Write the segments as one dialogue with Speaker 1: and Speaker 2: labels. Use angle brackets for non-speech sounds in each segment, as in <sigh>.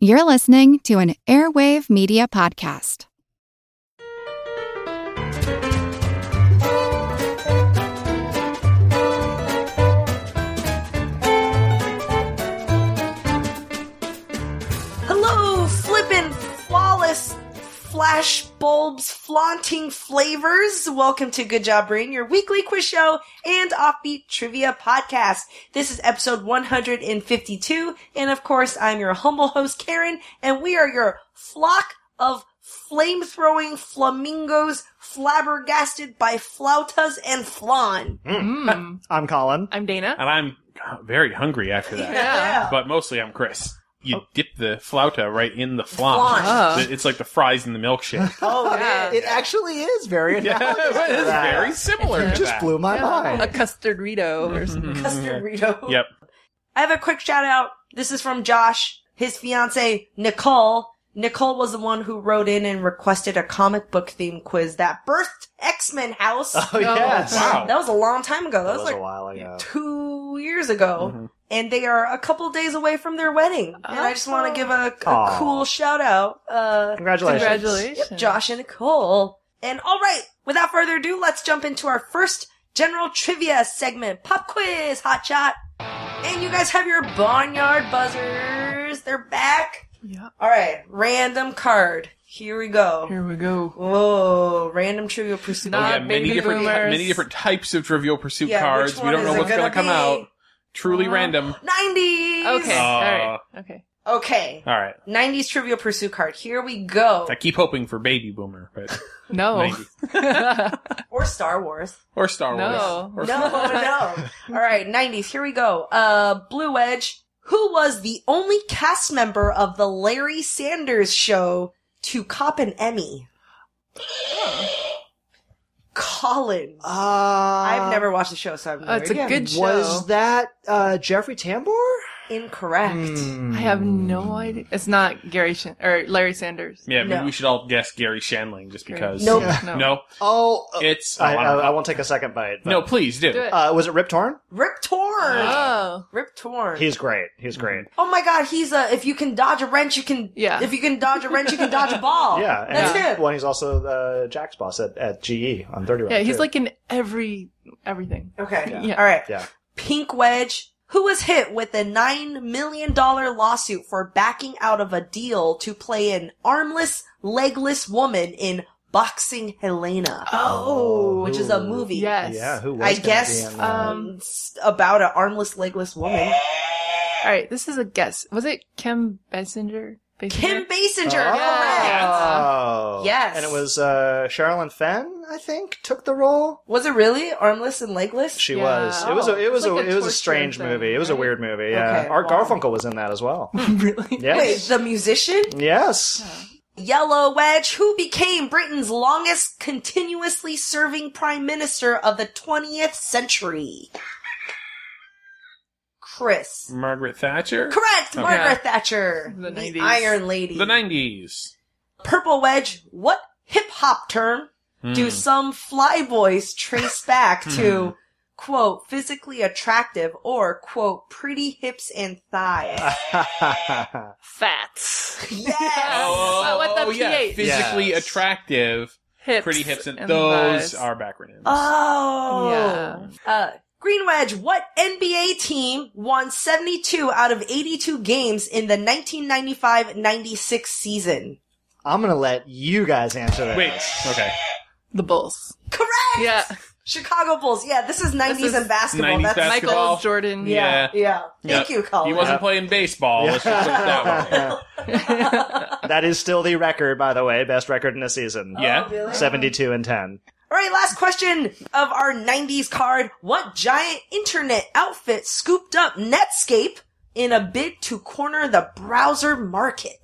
Speaker 1: You're listening to an Airwave Media Podcast.
Speaker 2: Hello, flippin' flawless flash bulbs flaunting flavors. Welcome to Good Job Brain, your weekly quiz show and offbeat trivia podcast. This is episode 152, and of course, I'm your humble host, Karen, and we are your flock of flamethrowing flamingos flabbergasted by flautas and flan.
Speaker 3: I'm Colin.
Speaker 4: I'm Dana.
Speaker 5: And I'm very hungry after that.
Speaker 2: <laughs> Yeah. Oh.
Speaker 5: But mostly I'm Chris. You dip the flauta right in the flan.
Speaker 2: flan.
Speaker 4: Oh.
Speaker 5: It's like the fries in
Speaker 2: <laughs>
Speaker 5: the milkshake.
Speaker 2: Oh,
Speaker 4: Yeah.
Speaker 2: man.
Speaker 3: It actually is very
Speaker 5: <laughs> yeah,
Speaker 3: analogous to
Speaker 5: it is
Speaker 3: that.
Speaker 5: very Oh, similar
Speaker 3: It
Speaker 5: to
Speaker 3: just
Speaker 5: that.
Speaker 3: blew my
Speaker 4: A
Speaker 3: mind.
Speaker 4: custard Rito or something.
Speaker 2: <laughs>
Speaker 5: Mhm.
Speaker 3: Mm-hmm.
Speaker 2: Custard Rito.
Speaker 5: Yep.
Speaker 2: I have a quick shout out. This is from Josh, his fiance, Nicole. Nicole was the one who wrote in and requested a comic book theme quiz that birthed X-Men
Speaker 3: <laughs>
Speaker 2: House.
Speaker 3: Oh,
Speaker 4: No.
Speaker 3: yes.
Speaker 5: Wow.
Speaker 2: that was a long time ago. That,
Speaker 3: That
Speaker 2: was,
Speaker 3: was
Speaker 2: like
Speaker 3: a Mm-hmm. while ago.
Speaker 2: two years ago.
Speaker 5: Mhm.
Speaker 2: And they are a couple days away from their wedding. And I just want to give a, a
Speaker 3: Aw.
Speaker 2: cool shout out. Uh,
Speaker 3: Congratulations.
Speaker 4: Congratulations.
Speaker 2: Yep, Josh and Nicole. And all right, without further ado, let's jump into our first general trivia segment. Pop quiz, hot shot. And you guys have your barnyard buzzers. They're back.
Speaker 4: Yeah.
Speaker 2: All right, random card. Here we go.
Speaker 4: Here we go.
Speaker 2: Whoa, random trivia pursuit.
Speaker 5: Oh,
Speaker 4: Not
Speaker 5: yeah, many
Speaker 4: baby
Speaker 5: different
Speaker 4: boomers.
Speaker 5: many different types of Trivial Pursuit
Speaker 2: Yeah, which
Speaker 5: cards. We
Speaker 2: one
Speaker 5: don't
Speaker 2: is
Speaker 5: know
Speaker 2: it
Speaker 5: what's
Speaker 2: gonna
Speaker 5: going to come
Speaker 2: be? Uh-huh.
Speaker 5: out. Truly
Speaker 4: Uh,
Speaker 5: random.
Speaker 2: 90s.
Speaker 4: Okay.
Speaker 5: Uh,
Speaker 4: All right. Okay.
Speaker 2: Okay.
Speaker 5: All right.
Speaker 2: 90s trivia pursuit card. Here we go.
Speaker 5: I keep hoping for Baby Boomer,
Speaker 4: <laughs>
Speaker 5: but
Speaker 4: No.
Speaker 5: 90s.
Speaker 2: Or Star Wars.
Speaker 5: or Star Wars.
Speaker 4: No.
Speaker 5: Or
Speaker 2: No,
Speaker 3: <laughs>
Speaker 2: no. All right, 90s. Here we go. Uh, Blue Edge, who was the only cast member of the Larry Sanders show to cop an Emmy? Colin.
Speaker 3: Uh,
Speaker 2: I've never watched the show, so I'm
Speaker 4: Oh, it's a good show.
Speaker 3: Was that uh, Jeffrey Tambor?
Speaker 2: incorrect.
Speaker 3: Hmm.
Speaker 4: I have no idea. It's not Gary Shan- or Larry Sanders.
Speaker 5: Yeah, maybe
Speaker 2: No.
Speaker 5: we should all guess Gary Shanling just because.
Speaker 2: Nope.
Speaker 4: No.
Speaker 5: No.
Speaker 3: Oh, uh,
Speaker 5: It's
Speaker 3: I, I, I won't take a second bite. but-
Speaker 5: No, please do.
Speaker 4: Do it.
Speaker 3: Uh, was it Rip Torn?
Speaker 2: Rip Torn.
Speaker 4: oh.
Speaker 2: Rip Torn.
Speaker 3: Ah. He's great. He's
Speaker 5: Mm-hmm.
Speaker 3: great.
Speaker 2: oh my god, he's a. If you can dodge a wrench, you can.
Speaker 4: Yeah.
Speaker 2: If you can dodge a wrench, you can dodge a ball.
Speaker 3: <laughs> Yeah, and
Speaker 2: That's
Speaker 3: he's-
Speaker 2: him.
Speaker 3: Well, he's also uh, Jack's boss at, at GE on Thirty Rock.
Speaker 4: Yeah, he's
Speaker 3: too.
Speaker 4: like in every everything.
Speaker 2: Okay.
Speaker 3: Yeah.
Speaker 4: Yeah.
Speaker 2: All right.
Speaker 3: Yeah.
Speaker 2: Pink Wedge, who was hit with a $9 million lawsuit for backing out of a deal to play an armless, legless woman in Boxing Helena,
Speaker 3: Oh.
Speaker 2: which is a movie.
Speaker 4: Yes.
Speaker 3: Yeah, who was
Speaker 2: I
Speaker 3: gonna
Speaker 2: guess
Speaker 3: be in that?
Speaker 2: um, s- about an armless, legless woman.
Speaker 4: All right. This is a guess. Was it Kim Basinger? Basinger?
Speaker 2: Kim Basinger,
Speaker 4: Yeah.
Speaker 2: correct.
Speaker 3: Oh.
Speaker 2: Yes.
Speaker 3: And it was uh, Sherilyn Fenn, I think, took the role.
Speaker 2: Was it really armless and legless?
Speaker 3: She
Speaker 4: Yeah.
Speaker 3: was. It was a. It
Speaker 4: Oh.
Speaker 3: was
Speaker 4: It's
Speaker 3: a.
Speaker 4: like a
Speaker 3: it was a
Speaker 4: torture
Speaker 3: strange
Speaker 4: thing,
Speaker 3: movie. It was a
Speaker 4: right?
Speaker 3: weird movie. Yeah.
Speaker 2: Okay,
Speaker 3: Art
Speaker 2: wow.
Speaker 3: Garfunkel was in that
Speaker 2: <laughs>
Speaker 3: as well.
Speaker 4: <laughs> really?
Speaker 2: Wait,
Speaker 3: Yes.
Speaker 2: the musician?
Speaker 3: Yes.
Speaker 2: <laughs> Yellow Wedge, who became Britain's longest continuously serving prime minister of the 20th century. Chris.
Speaker 5: Margaret Thatcher?
Speaker 2: Correct,
Speaker 5: Okay.
Speaker 2: Margaret Thatcher.
Speaker 4: The 90s.
Speaker 2: Iron Lady.
Speaker 5: The 90s.
Speaker 2: Purple Wedge, what hip hop term
Speaker 3: Hmm.
Speaker 5: Hmm.
Speaker 2: do some fly boys trace back to, quote, physically attractive or, quote, pretty hips and
Speaker 5: <laughs>
Speaker 2: thighs?
Speaker 4: Fats.
Speaker 2: yes!
Speaker 4: Oh, what the PH.
Speaker 5: physically
Speaker 3: Yes.
Speaker 5: attractive,
Speaker 4: Hips.
Speaker 5: pretty hips, and, those
Speaker 4: thighs.
Speaker 5: are backronyms.
Speaker 2: Oh.
Speaker 4: Yeah.
Speaker 2: Uh, Green Wedge, what NBA team won 72 out of 82 games in the 1995-96 season?
Speaker 3: I'm gonna let you guys answer this.
Speaker 5: Wait, okay,
Speaker 4: The Bulls.
Speaker 2: Correct!
Speaker 4: Yeah.
Speaker 2: Chicago Bulls. Yeah, this is 90s
Speaker 4: is
Speaker 2: and basketball.
Speaker 5: 90s
Speaker 2: That's
Speaker 5: basketball.
Speaker 4: Michael Jordan.
Speaker 2: Yeah,
Speaker 5: Yeah.
Speaker 2: yeah. Thank
Speaker 5: Yep.
Speaker 2: you, Colin.
Speaker 5: he wasn't
Speaker 3: Yeah.
Speaker 5: playing baseball. Let's just put it that way.
Speaker 3: <laughs> that is still the record, by the way, best record in a season.
Speaker 5: Yeah.
Speaker 2: Oh, really?
Speaker 3: Seventy-two and ten.
Speaker 2: All right, last question of our 90s card. What giant internet outfit scooped up Netscape in a bid to corner the browser market?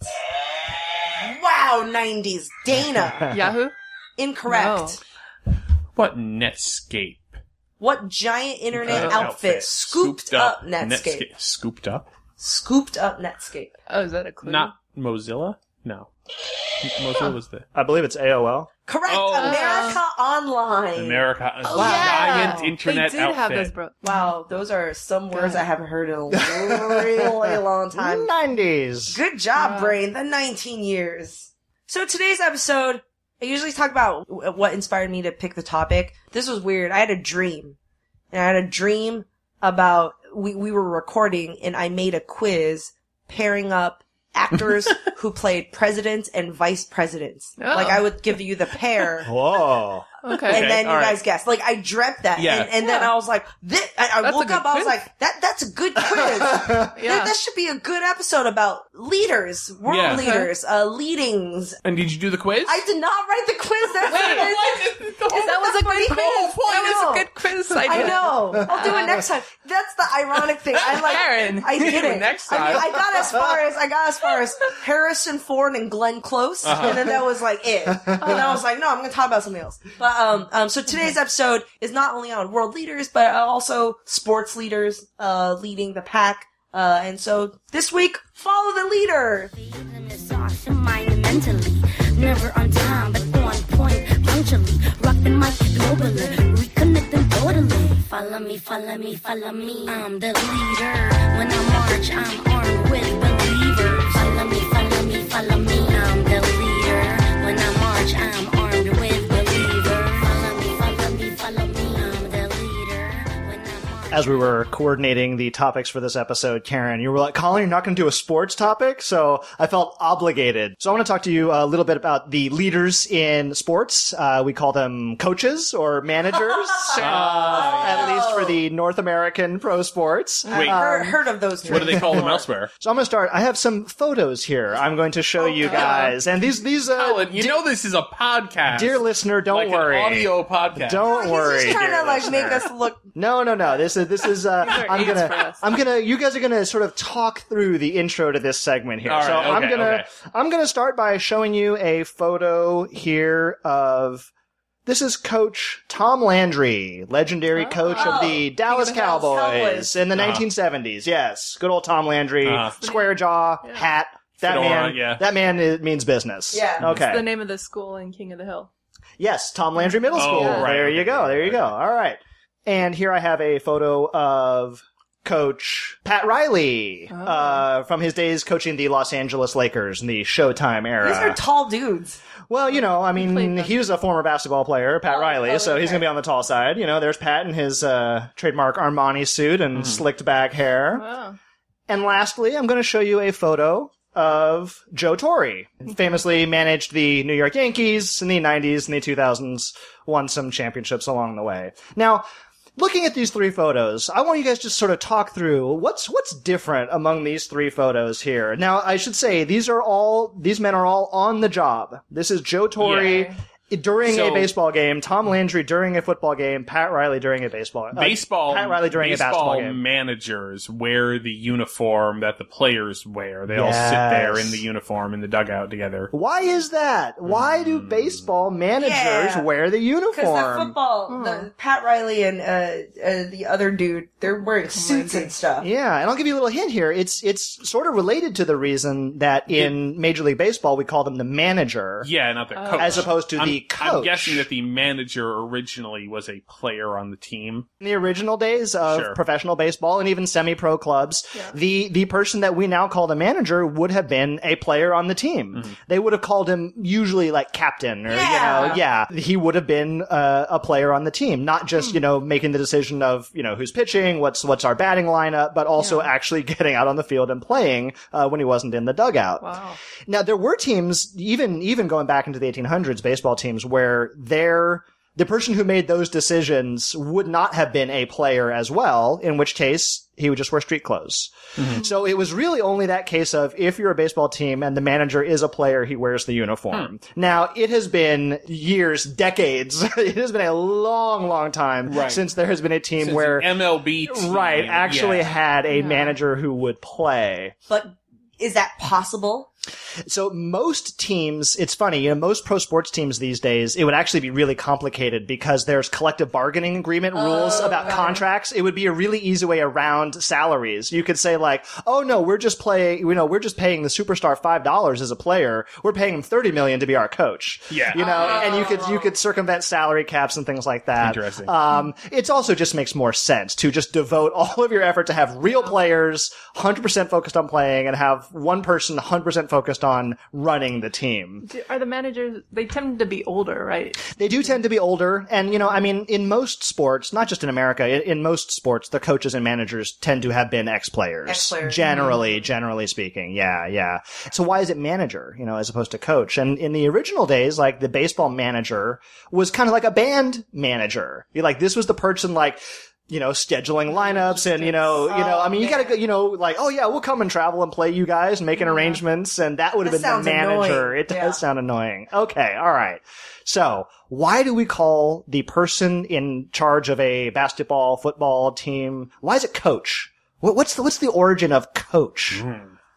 Speaker 2: Wow, 90s. Dana. <laughs>
Speaker 4: Yahoo.
Speaker 2: Incorrect.
Speaker 4: No.
Speaker 5: <laughs> What Netscape?
Speaker 2: What giant internet
Speaker 4: Uh,
Speaker 2: outfit, scooped, up, Netscape.
Speaker 5: Scooped up?
Speaker 2: Scooped up Netscape.
Speaker 4: Oh, is that a clue?
Speaker 5: Not Mozilla? No. Mozilla was the
Speaker 3: I believe it's AOL.
Speaker 2: Correct.
Speaker 5: Oh.
Speaker 2: America Online.
Speaker 5: America uh,
Speaker 4: Oh,
Speaker 2: Wow.
Speaker 4: yeah.
Speaker 5: giant internet
Speaker 4: they did
Speaker 5: outfit.
Speaker 4: have those, bro.
Speaker 2: Wow, those are some words
Speaker 4: Good.
Speaker 2: I haven't heard in a really long time.
Speaker 3: 90s.
Speaker 2: Good job,
Speaker 4: Yeah.
Speaker 2: Brain. The 19 years. So today's episode, I usually talk about w- what inspired me to pick the topic. This was weird. I had a dream. And I had a dream about we, we were recording and I made a quiz pairing up
Speaker 4: <laughs>
Speaker 2: actors who played presidents and vice presidents.
Speaker 4: Oh.
Speaker 2: Like I would give you the pair.
Speaker 3: Whoa.
Speaker 4: <laughs> Okay.
Speaker 2: and then you
Speaker 5: all right.
Speaker 2: guys guessed. Like I dreamt that,
Speaker 5: Yeah.
Speaker 2: and, and then
Speaker 4: Yeah.
Speaker 2: I was like, "This." I, I
Speaker 4: That's a
Speaker 2: woke
Speaker 4: good
Speaker 2: up. I was
Speaker 4: quiz.
Speaker 2: like, "That that's a good quiz.
Speaker 4: <laughs>
Speaker 2: That-
Speaker 3: <laughs>
Speaker 4: yeah.
Speaker 2: That should be a good episode about leaders, world
Speaker 5: Yeah.
Speaker 2: leaders, uh, leadings."
Speaker 5: And did you do the quiz?
Speaker 2: I did not write the quiz. That's
Speaker 4: that was a good quiz. That was a good quiz. I,
Speaker 2: I
Speaker 4: did.
Speaker 2: know. I'll do it next time. That's the ironic thing. I like.
Speaker 4: Aaron.
Speaker 5: <laughs>
Speaker 2: I
Speaker 5: You
Speaker 2: did
Speaker 5: do it
Speaker 2: it.
Speaker 5: next
Speaker 2: I, mean,
Speaker 5: time.
Speaker 2: I got as far as I got as far
Speaker 5: <laughs>
Speaker 2: as Harrison Ford and Glenn Close,
Speaker 5: Uh-huh.
Speaker 2: and then that was like it. And I was like, no, I'm going to talk about something else. But um, um, so today's episode is not only on world leaders, but also sports leaders uh, leading the pack. Uh, and so this week, follow the leader.
Speaker 6: Even it's awesome, monumentally. Never on time, but on point, punctually. Rock the mic globally, reconnecting totally. Follow me, follow me, follow me. I'm the leader. When I march, I'm armed with believers. Follow me, follow me, follow me. I'm the leader. When I march, I'm armed with believers. Follow me, follow me, follow me. I'm the leader. When I march.
Speaker 3: As we were coordinating the topics for this episode, Karen, you were like, Colin, you're not going to do a sports topic? So I felt obligated. So I want to talk to you a little bit about the leaders in sports. Uh, we call them coaches or
Speaker 5: <laughs>
Speaker 3: managers, uh, at least for the North American pro sports.
Speaker 5: Wait,
Speaker 2: Heard, heard of those?
Speaker 5: what do they
Speaker 2: terms
Speaker 5: call them
Speaker 2: before. <laughs>
Speaker 5: elsewhere?
Speaker 3: So I'm going to start. I have some photos here I'm going to show
Speaker 5: Oh,
Speaker 3: you guys. And these, these, uh,
Speaker 5: Alan, you know this is a podcast.
Speaker 3: dear listener, don't
Speaker 5: like
Speaker 3: worry.
Speaker 5: An audio podcast.
Speaker 3: Don't worry.
Speaker 2: He's just trying
Speaker 3: dear
Speaker 2: to like
Speaker 3: listener.
Speaker 2: make us look.
Speaker 3: No, no, no. This is this is. Uh,
Speaker 4: are
Speaker 3: I'm
Speaker 4: aids for
Speaker 3: gonna.
Speaker 4: us.
Speaker 3: I'm gonna. You guys are gonna sort of talk through the intro to this segment here.
Speaker 5: All
Speaker 3: so
Speaker 5: right,
Speaker 3: I'm
Speaker 5: okay,
Speaker 3: gonna.
Speaker 5: okay.
Speaker 3: I'm gonna start by showing you a photo here of. This is Coach Tom Landry, legendary coach of the Dallas
Speaker 4: of the Dallas
Speaker 3: Cowboys,
Speaker 2: Cowboys.
Speaker 3: in the
Speaker 5: Uh-huh.
Speaker 3: 1970s. Yes, good old Tom Landry,
Speaker 5: Uh-huh.
Speaker 3: square jaw,
Speaker 4: Yeah.
Speaker 3: hat. That
Speaker 5: Fedora,
Speaker 3: man,
Speaker 5: yeah.
Speaker 3: that man it means business.
Speaker 2: Yeah.
Speaker 3: Okay.
Speaker 4: That's the name of the school in King of the Hill.
Speaker 3: Yes, Tom Landry Middle
Speaker 5: Oh,
Speaker 3: School.
Speaker 5: right,
Speaker 3: there
Speaker 5: okay,
Speaker 3: you go.
Speaker 5: okay,
Speaker 3: There you go.
Speaker 5: okay.
Speaker 3: All right. And here I have a photo of Coach Pat Riley
Speaker 4: Oh.
Speaker 3: uh, from his days coaching the Los Angeles Lakers in the Showtime era.
Speaker 2: These are tall dudes.
Speaker 3: well, you know, I mean,
Speaker 4: played
Speaker 3: he, was a former basketball player, Pat Riley, so he's going to be on the tall side. You know, there's Pat in his uh, trademark Armani suit and slicked back hair.
Speaker 4: Wow.
Speaker 3: And lastly, I'm going to show you a photo of Joe Torre, famously managed the New York Yankees in the 90s and the 2000s, won some championships along the way. Now, looking at these three photos, I want you guys to sort of talk through what's what's different among these three photos here. Now, I should say these are all these men are all on the job. This is Joe Torre
Speaker 5: Yeah.
Speaker 3: during a
Speaker 5: So-
Speaker 3: baseball game, Tom Landry during a football game, Pat Riley during a baseball. uh,
Speaker 5: Baseball,
Speaker 3: Pat Riley during a basketball
Speaker 5: baseball
Speaker 3: game.
Speaker 5: managers wear the uniform that the players wear. They all sit there
Speaker 3: Yes.
Speaker 5: in the uniform in the dugout together.
Speaker 3: Why is that? Why do
Speaker 5: Hmm.
Speaker 3: baseball managers
Speaker 2: Yeah.
Speaker 3: wear the
Speaker 2: Because the
Speaker 3: uniform?
Speaker 2: football, the, Pat Riley and uh, uh, the other dude, they're wearing suits and stuff.
Speaker 3: Yeah, and I'll give you a little hint here. It's it's sort of related to the reason that in Major League Baseball we call them the manager
Speaker 5: Yeah, not the coach.
Speaker 3: as opposed to
Speaker 5: I'm,
Speaker 3: the coach.
Speaker 5: I'm guessing that the manager originally was a player on the team.
Speaker 3: in the original days of
Speaker 5: Sure.
Speaker 3: professional baseball and even semi-pro clubs, the the person that we now call the manager would have been a player on the team. They would have called him usually like captain or you know, yeah, he would have been uh, a player on the team, not just you know making the decision of you know who's pitching, what's what's our batting lineup, but also actually <laughs> getting out on the field and playing uh, when he wasn't in the dugout.
Speaker 4: Wow.
Speaker 3: Now there were teams, even even going back into the 1800s, baseball teams where their the person who made those decisions would not have been a player as well, in which case he would just wear street clothes.
Speaker 5: Mm-hmm.
Speaker 3: So it was really only that case of if you're a baseball team and the manager is a player, he wears the uniform.
Speaker 5: Hmm.
Speaker 3: Now it has been years, decades. <laughs> it has been a long, long time
Speaker 5: Right.
Speaker 3: since there has been a team
Speaker 5: Since
Speaker 3: where
Speaker 5: an MLB team,
Speaker 3: right actually
Speaker 5: yeah.
Speaker 3: had a manager who would play.
Speaker 2: But Is that possible? Oh,
Speaker 3: So most teams, it's funny, you know, most pro sports teams these days, it would actually be really complicated because there's collective bargaining agreement rules about contracts. It would be a really easy way around salaries. You could say like, oh no, we're just playing, you know, we're just paying the superstar five dollars as a player. We're paying him thirty million to be our coach.
Speaker 5: Yeah.
Speaker 3: you know, and you could you could circumvent salary caps and things like that.
Speaker 5: Ah. Interesting.
Speaker 3: Um, it also just makes more sense to just devote <laughs> all of your effort to have real players 100% focused on playing and have one person 100% focused on running the team.
Speaker 4: Do- Are the managers? They tend to be older, right?
Speaker 3: They do tend to be older. And, you know, I mean, in most sports, not just in America, in, in most sports, the coaches and managers tend to have been ex-players.
Speaker 2: Ex-players.
Speaker 3: Generally, generally speaking. Yeah, yeah. So why is it manager, you know, as opposed to coach? And in the original days, like the baseball manager was kind of like a band manager. You're like, this was the person like, you know, scheduling lineups and, you know, you know, I mean, you gotta go, you know, like, oh yeah, we'll come and travel and play you guys and making arrangements. And that would have
Speaker 2: Mm-hmm. That
Speaker 3: been the
Speaker 2: sounds annoying.
Speaker 3: manager. It
Speaker 2: Yeah.
Speaker 3: does sound annoying. Okay. All right. So why do we call the person in charge of a basketball, football team? Why is it coach? What, what's the, what's the origin of coach?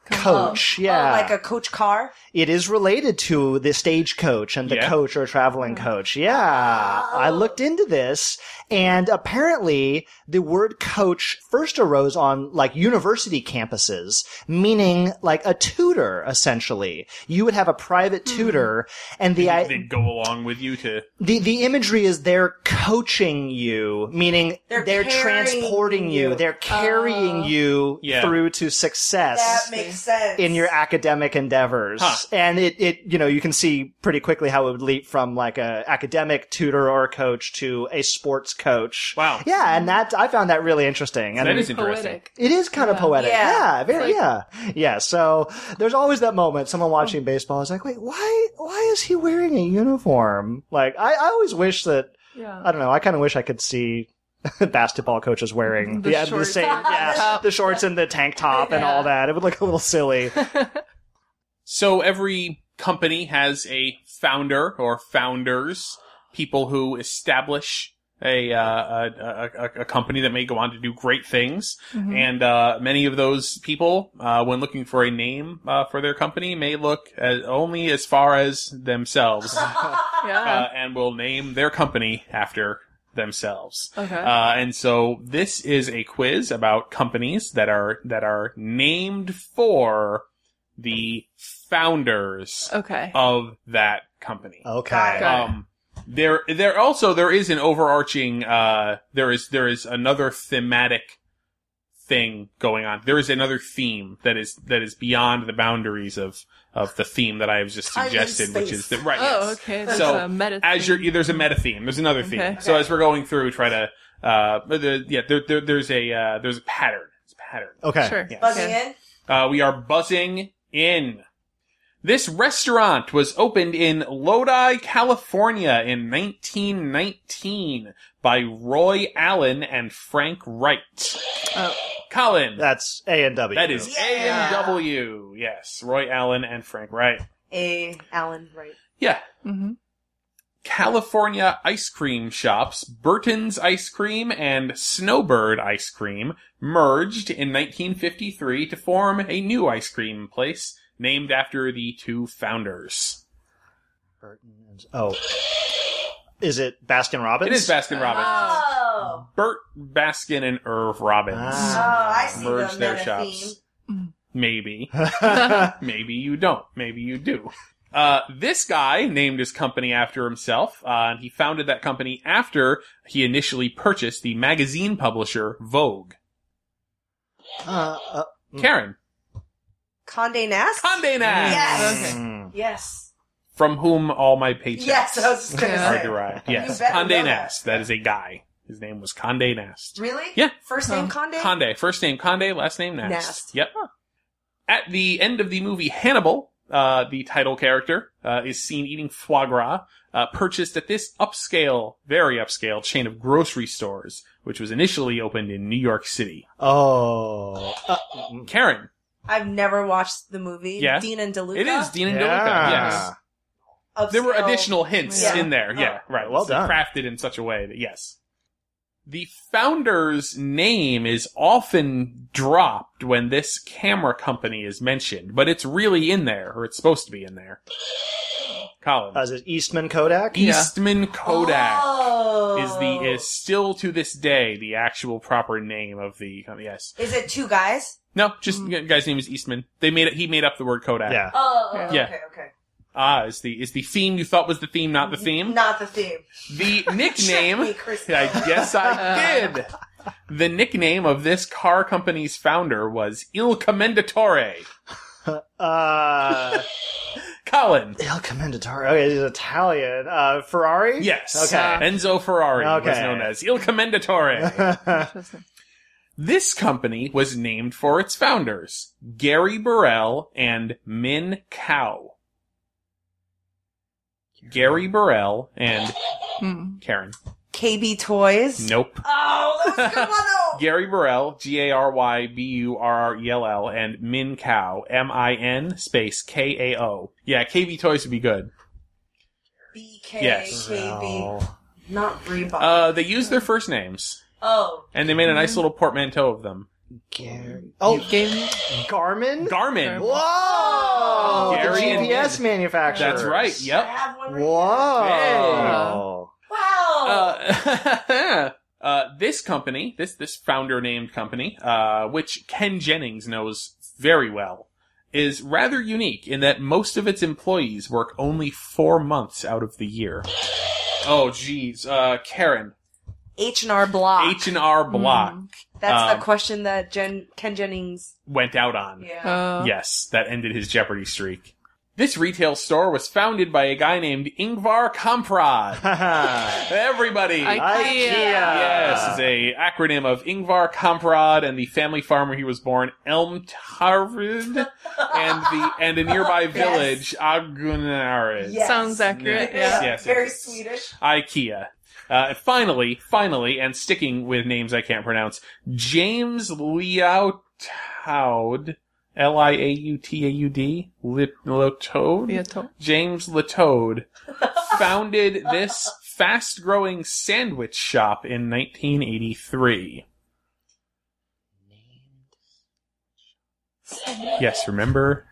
Speaker 3: Coach. yeah.
Speaker 2: Oh, like a coach car?
Speaker 3: It is related to the stagecoach and the
Speaker 5: Yeah.
Speaker 3: coach or traveling coach. Yeah.
Speaker 2: Oh.
Speaker 3: I looked into this and apparently the word coach first arose on like university campuses, meaning like a tutor, essentially. You would have a private
Speaker 2: Hmm.
Speaker 3: tutor and the, I-
Speaker 5: They'd go along with you to.
Speaker 3: the, the imagery is they're coaching you, meaning
Speaker 2: They're
Speaker 3: they're,
Speaker 2: carrying
Speaker 3: transporting you.
Speaker 2: you. Oh.
Speaker 3: They're carrying you
Speaker 5: Yeah.
Speaker 3: through to success
Speaker 2: That makes sense.
Speaker 3: in your academic endeavors.
Speaker 5: Huh.
Speaker 3: And it, it, you know, you can see pretty quickly how it would leap from like a academic tutor or coach to a sports coach.
Speaker 5: Wow.
Speaker 3: Yeah. And that, I found that really interesting. And
Speaker 5: That is
Speaker 4: Very
Speaker 5: interesting.
Speaker 4: poetic.
Speaker 3: it is kind of poetic.
Speaker 2: Yeah.
Speaker 3: Yeah. very, yeah. Yeah. So there's always that moment someone watching baseball is like, wait, why, why is he wearing a uniform? Like, I, I always wish that,
Speaker 4: Yeah. <laughs>
Speaker 3: I don't know, I kind of wish I could see <laughs> basketball coaches wearing
Speaker 4: The
Speaker 3: yeah, the
Speaker 4: shorts. <laughs>
Speaker 3: same, yeah, the shorts and the tank top and all that. It would look a little silly.
Speaker 4: Mm-hmm.
Speaker 5: So every company has a founder or founders, people who establish a uh, a, a, a- a company that may go on to do great things,
Speaker 4: Mm-hmm.
Speaker 5: and uh, many of those people, uh, when looking for a name uh, for their company, may look as, only as far as themselves, uh,
Speaker 4: Yeah.
Speaker 5: and will name their company after themselves.
Speaker 4: okay.
Speaker 5: Uh, and so this is a quiz about companies that are that are named for the founders
Speaker 4: okay.
Speaker 5: of that company.
Speaker 3: Okay.
Speaker 4: Got it.
Speaker 5: Um, there, there also there is an overarching. Uh, there is there is another thematic thing going on. There is another theme that is that is beyond the boundaries of of the theme that I have just
Speaker 2: Time and
Speaker 5: suggested, which is the
Speaker 2: space.
Speaker 5: right.
Speaker 4: oh,
Speaker 5: yes
Speaker 4: okay. That's
Speaker 5: so
Speaker 4: a meta.
Speaker 5: as
Speaker 4: thing.
Speaker 5: you're there's a meta theme there's another theme
Speaker 4: Okay.
Speaker 5: so as we're going through try to uh but the, yeah there, there there's a uh there's a pattern it's a pattern
Speaker 3: Okay.
Speaker 4: sure.
Speaker 3: Yeah.
Speaker 2: Buzzing
Speaker 4: Okay.
Speaker 2: in?
Speaker 5: uh we are buzzing in this restaurant was opened in Lodi, California in 1919 by Roy Allen and Frank Wright.
Speaker 4: Oh.
Speaker 5: Colin,
Speaker 3: That's A and W.
Speaker 5: that is
Speaker 2: Yeah.
Speaker 5: A&W. Yes, Roy Allen and Frank Wright.
Speaker 2: A. Allen, right.
Speaker 5: Yeah, <laughs>
Speaker 4: hmm
Speaker 5: California ice cream shops, Burton's Ice Cream and Snowbird Ice Cream, merged in 1953 to form a new ice cream place named after the two founders.
Speaker 3: Oh. Is it Baskin Robbins?
Speaker 5: It
Speaker 3: <laughs>
Speaker 5: is Baskin Robbins.
Speaker 2: Oh.
Speaker 5: Bert Baskin and Irv Robbins
Speaker 2: Oh,
Speaker 3: Ah.
Speaker 2: I see
Speaker 5: merged
Speaker 2: the
Speaker 5: their
Speaker 2: meta theme.
Speaker 5: shops. Maybe.
Speaker 3: Baskin.
Speaker 5: Maybe you don't. Maybe you do. Uh, this guy named his company after himself, uh, and he founded that company after he initially purchased the magazine publisher Vogue.
Speaker 3: uh, uh,
Speaker 5: Mm. Karen,
Speaker 2: Condé Nast?
Speaker 5: Condé Nast,
Speaker 2: Yes.
Speaker 4: Okay.
Speaker 3: mm.
Speaker 2: Yes.
Speaker 5: from whom all my paychecks
Speaker 2: Yes, I was just going to
Speaker 4: Yeah.
Speaker 5: are
Speaker 2: say.
Speaker 5: derived. Yes,
Speaker 2: You better know
Speaker 5: Condé
Speaker 2: that.
Speaker 5: Nast. that is a guy. His name was Condé Nast.
Speaker 2: Really?
Speaker 5: Yeah.
Speaker 2: First name Condé?
Speaker 5: Condé, first name Condé, last name Nast.
Speaker 2: Nast.
Speaker 5: Yep. At the end of the movie Hannibal, uh, the title character uh, is seen eating foie gras, uh, purchased at this upscale, very upscale chain of grocery stores, which was initially opened in New York City.
Speaker 3: Oh. Uh, mm.
Speaker 5: Karen,
Speaker 2: I've never watched the movie.
Speaker 5: Yeah.
Speaker 2: Dean and DeLuca.
Speaker 5: it is Dean and DeLuca. Yes.
Speaker 3: Yeah.
Speaker 2: Upscale.
Speaker 5: There were additional hints
Speaker 2: Yeah.
Speaker 5: in there. Yeah, right.
Speaker 3: Oh, Well
Speaker 5: It's
Speaker 3: done.
Speaker 5: Crafted in such a way that yes. The founder's name is often dropped when this camera company is mentioned, but it's really in there, or it's supposed to be in there. Colin.
Speaker 3: As uh, is Eastman Kodak.
Speaker 4: Yeah.
Speaker 5: Eastman Kodak
Speaker 2: Oh.
Speaker 5: is the is still to this day the actual proper name of the yes.
Speaker 2: Is it two guys?
Speaker 5: No, just
Speaker 2: Mm.
Speaker 5: guy's name is Eastman. They made it. He made up the word Kodak.
Speaker 3: Yeah.
Speaker 2: Oh,
Speaker 4: Yeah.
Speaker 5: Yeah.
Speaker 2: okay, okay.
Speaker 5: Ah, is the is the theme you thought was the theme, not the theme.
Speaker 2: Not the theme. <laughs>
Speaker 5: The
Speaker 2: Check me,
Speaker 5: nickname.
Speaker 2: Chris.
Speaker 5: <laughs> I guess I did. The nickname of this car company's founder was Il Commendatore.
Speaker 3: Uh,
Speaker 5: Colin.
Speaker 3: El Commendatore. Okay, he's Italian. Uh, Ferrari.
Speaker 5: Yes.
Speaker 3: Okay.
Speaker 5: Enzo Ferrari was
Speaker 3: Okay.
Speaker 5: known as Il Commendatore.
Speaker 3: <laughs>
Speaker 5: Uh,
Speaker 4: Interesting.
Speaker 5: This company was named for its founders, Gary Burrell and Min Cow. Gary Burrell and
Speaker 4: Hmm.
Speaker 5: Karen.
Speaker 2: KB Toys.
Speaker 5: Nope.
Speaker 2: Oh, that was a good one
Speaker 5: <laughs>
Speaker 2: though.
Speaker 5: Gary Burrell, G A R Y B U R R E L L, and Min Cow, M I N space K A O. Yeah, KB Toys would be good.
Speaker 2: BK,
Speaker 5: Yes.
Speaker 2: KB. Not Reebok.
Speaker 5: Uh, they used their first names,
Speaker 2: oh.
Speaker 5: and they made a nice little portmanteau of them.
Speaker 3: Gary. Oh,
Speaker 4: Gave me
Speaker 3: Garmin.
Speaker 5: Garmin.
Speaker 3: Whoa!
Speaker 5: Gary
Speaker 3: the
Speaker 5: and-
Speaker 3: GPS manufacturer.
Speaker 5: That's right.
Speaker 2: I
Speaker 5: Yep.
Speaker 2: have one right
Speaker 3: Whoa!
Speaker 2: now. Wow.
Speaker 5: Uh, <laughs> uh, this company, this this founder named company, uh, which Ken Jennings knows very well, is rather unique in that most of its employees work only four months out of the year. Oh, geez, uh, Karen,
Speaker 2: H&R Block. Mm-hmm.
Speaker 5: H and R Block
Speaker 2: That's
Speaker 5: um,
Speaker 2: the question that Jen Ken Jennings.
Speaker 5: went out on.
Speaker 2: Yeah.
Speaker 4: Uh,
Speaker 5: Yes, that ended his Jeopardy streak. This retail store was founded by a guy named Ingvar Kamprad. Everybody,
Speaker 4: I-
Speaker 3: IKEA.
Speaker 5: Yes, is a acronym of Ingvar Kamprad and the family farm where he was born, Elmtarud, and the and a nearby village, Agunarid.
Speaker 2: Yes.
Speaker 4: Sounds accurate.
Speaker 5: Yes,
Speaker 4: Yeah.
Speaker 2: <laughs>
Speaker 5: yes,
Speaker 2: Very
Speaker 5: yes.
Speaker 2: Swedish.
Speaker 5: IKEA. Uh, and finally, finally, and sticking with names I can't pronounce, James Liautaud, L-I-A-U-T-A-U-D, Lit- Latoud?
Speaker 4: Yeah, to- <laughs>
Speaker 5: James Latoad founded this fast growing sandwich shop in 1983. Yes, remember?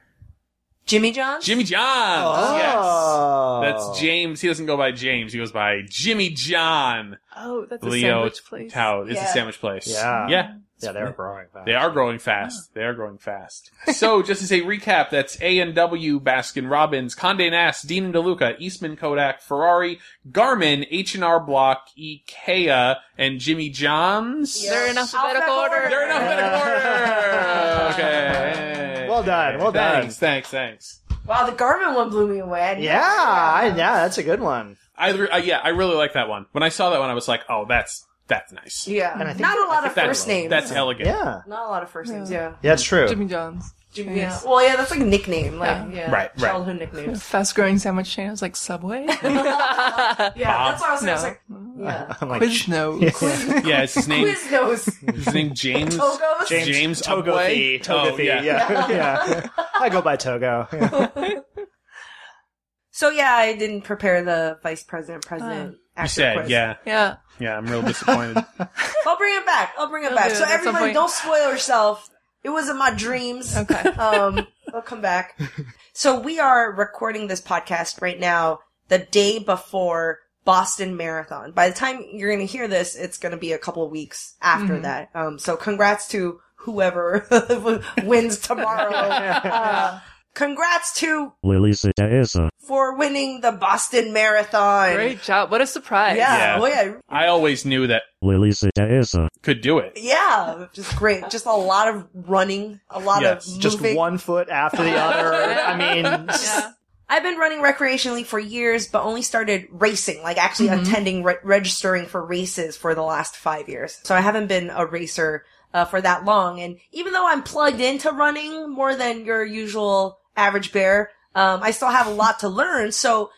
Speaker 2: Jimmy John's?
Speaker 5: Jimmy John's! Yes!
Speaker 3: Oh.
Speaker 5: That's James. He doesn't go by James, he goes by Jimmy John.
Speaker 4: Oh, that's a
Speaker 5: Leo
Speaker 4: sandwich place.
Speaker 5: Tao. It's a
Speaker 2: Yeah.
Speaker 5: sandwich place.
Speaker 3: Yeah.
Speaker 5: Yeah.
Speaker 3: Yeah, they're growing fast.
Speaker 5: They are growing fast. They are growing fast. <laughs> so, just as a recap, that's A and W, Baskin Robbins, Condé Nast, Dean and DeLuca, Eastman Kodak, Ferrari, Garmin, H and R Block, IKEA, and Jimmy John's.
Speaker 2: Yeah.
Speaker 4: They're in alphabetical
Speaker 2: Alphabetical
Speaker 4: order.
Speaker 2: order.
Speaker 5: They're in alphabetical order. Okay.
Speaker 3: <laughs> Well done, well done.
Speaker 5: Thanks. Thanks. Thanks.
Speaker 2: Wow, the Garmin one blew me away. I didn't
Speaker 3: Yeah, I, yeah, that's a good one.
Speaker 5: I re- uh, yeah, I really like that one. When I saw that one, I was like, oh, that's that's nice.
Speaker 2: Yeah.
Speaker 3: And I think-
Speaker 2: Not a lot
Speaker 5: I
Speaker 2: of
Speaker 5: think that-
Speaker 2: first names.
Speaker 5: That's elegant.
Speaker 3: Yeah,
Speaker 2: Not a lot of first names, yeah.
Speaker 3: yeah, it's true.
Speaker 4: Jimmy John's.
Speaker 2: Jimmy yeah. Well, yeah, that's like a nickname. Like, yeah.
Speaker 5: Right, right.
Speaker 2: Childhood nicknames.
Speaker 5: <laughs>
Speaker 4: Fast growing sandwich chain. I was like, Subway?
Speaker 2: Yeah, that's what I was, I was
Speaker 4: no.
Speaker 2: like.
Speaker 5: <laughs>
Speaker 2: Yeah.
Speaker 3: <laughs> I'm like,
Speaker 4: Quiznos.
Speaker 5: Yeah, it's
Speaker 3: <laughs>
Speaker 5: his name.
Speaker 2: Quiznos.
Speaker 5: his name James.
Speaker 2: Togos.
Speaker 3: James,
Speaker 5: James
Speaker 3: Togothi.
Speaker 5: Upway?
Speaker 3: Togothi,
Speaker 5: Oh, yeah.
Speaker 3: yeah. Yeah. <laughs> I go by
Speaker 5: <laughs>
Speaker 3: Togo. Yeah.
Speaker 2: So, yeah, I didn't prepare the vice president,
Speaker 4: Um,
Speaker 2: president,
Speaker 5: You
Speaker 2: actor
Speaker 5: said,
Speaker 2: quiz.
Speaker 5: yeah,
Speaker 4: Yeah.
Speaker 5: yeah. I'm real disappointed.
Speaker 2: I'll bring it back. I'll bring it
Speaker 4: I'll
Speaker 2: back.
Speaker 4: do it
Speaker 2: So,
Speaker 4: at some
Speaker 2: everybody,
Speaker 4: point.
Speaker 2: don't spoil yourself. It was in my dreams.
Speaker 4: Okay.
Speaker 2: um, I'll come
Speaker 5: <laughs>
Speaker 2: back. So we are recording this podcast right now, the day before Boston Marathon. By the time you're going to hear this, it's going to be a couple of weeks after
Speaker 4: Mhm.
Speaker 2: that. Um, so congrats to whoever <laughs> wins tomorrow.
Speaker 4: <laughs>
Speaker 2: Uh, congrats to
Speaker 7: Lily Issa.
Speaker 2: for winning the Boston Marathon.
Speaker 4: Great job. What a surprise.
Speaker 2: Yeah.
Speaker 5: Yeah.
Speaker 2: Oh yeah.
Speaker 5: <laughs> I always knew that
Speaker 7: Lily Issa.
Speaker 5: could do it.
Speaker 2: Yeah. Just great. Just a lot of running, a lot
Speaker 5: Yes,
Speaker 2: of
Speaker 3: Just
Speaker 2: moving.
Speaker 3: one foot after the other. I mean,
Speaker 4: Yeah.
Speaker 2: I've been running recreationally for years, but only started racing, like actually
Speaker 4: Mhm.
Speaker 2: attending, re- registering for races for the last five years. So I haven't been a racer uh, for that long. And even though I'm plugged into running more than your usual average bear, um, I still have a lot to learn. So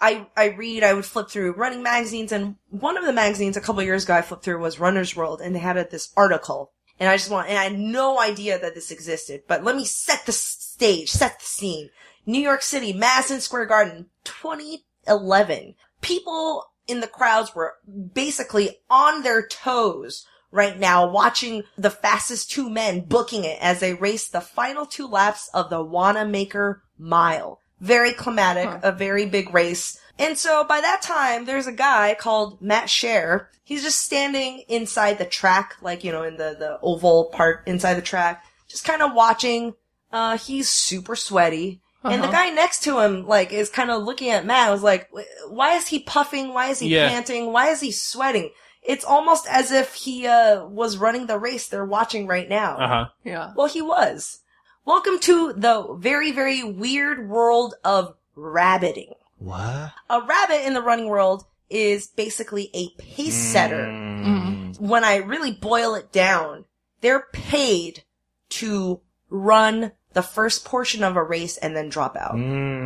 Speaker 2: I, I read, I would flip through running magazines and one of the magazines a couple years ago I flipped through was Runner's World and they had a, this article and I just want, and I had no idea that this existed, but let me set the s- stage, set the scene. New York City, Madison Square Garden, 2011. People in the crowds were basically on their toes right now watching the fastest two men booking it as they race the final two laps of the Wanamaker Mile. Very climatic,
Speaker 4: Huh.
Speaker 2: a very big race. And so by that time, there's a guy called Matt Scher. He's just standing inside the track, like, you know, in the, the oval part inside the track, just kind of watching. Uh, he's super sweaty. And the
Speaker 4: Uh-huh.
Speaker 2: guy next to him, like, is kind of looking at Matt. Was like, "Wh- why is he puffing? Why is he
Speaker 5: Yeah.
Speaker 2: panting? Why is he sweating? It's almost as if he uh, was running the race they're watching right now.
Speaker 4: Uh-huh.
Speaker 5: Uh huh.
Speaker 4: Yeah.
Speaker 2: Well, he was. Welcome to the very, very weird world of rabbiting.
Speaker 3: What?
Speaker 2: A rabbit in the running world is basically a pace setter
Speaker 4: Mm.
Speaker 2: when I really boil it down, they're paid to run the first portion of a race and then drop
Speaker 4: Mm.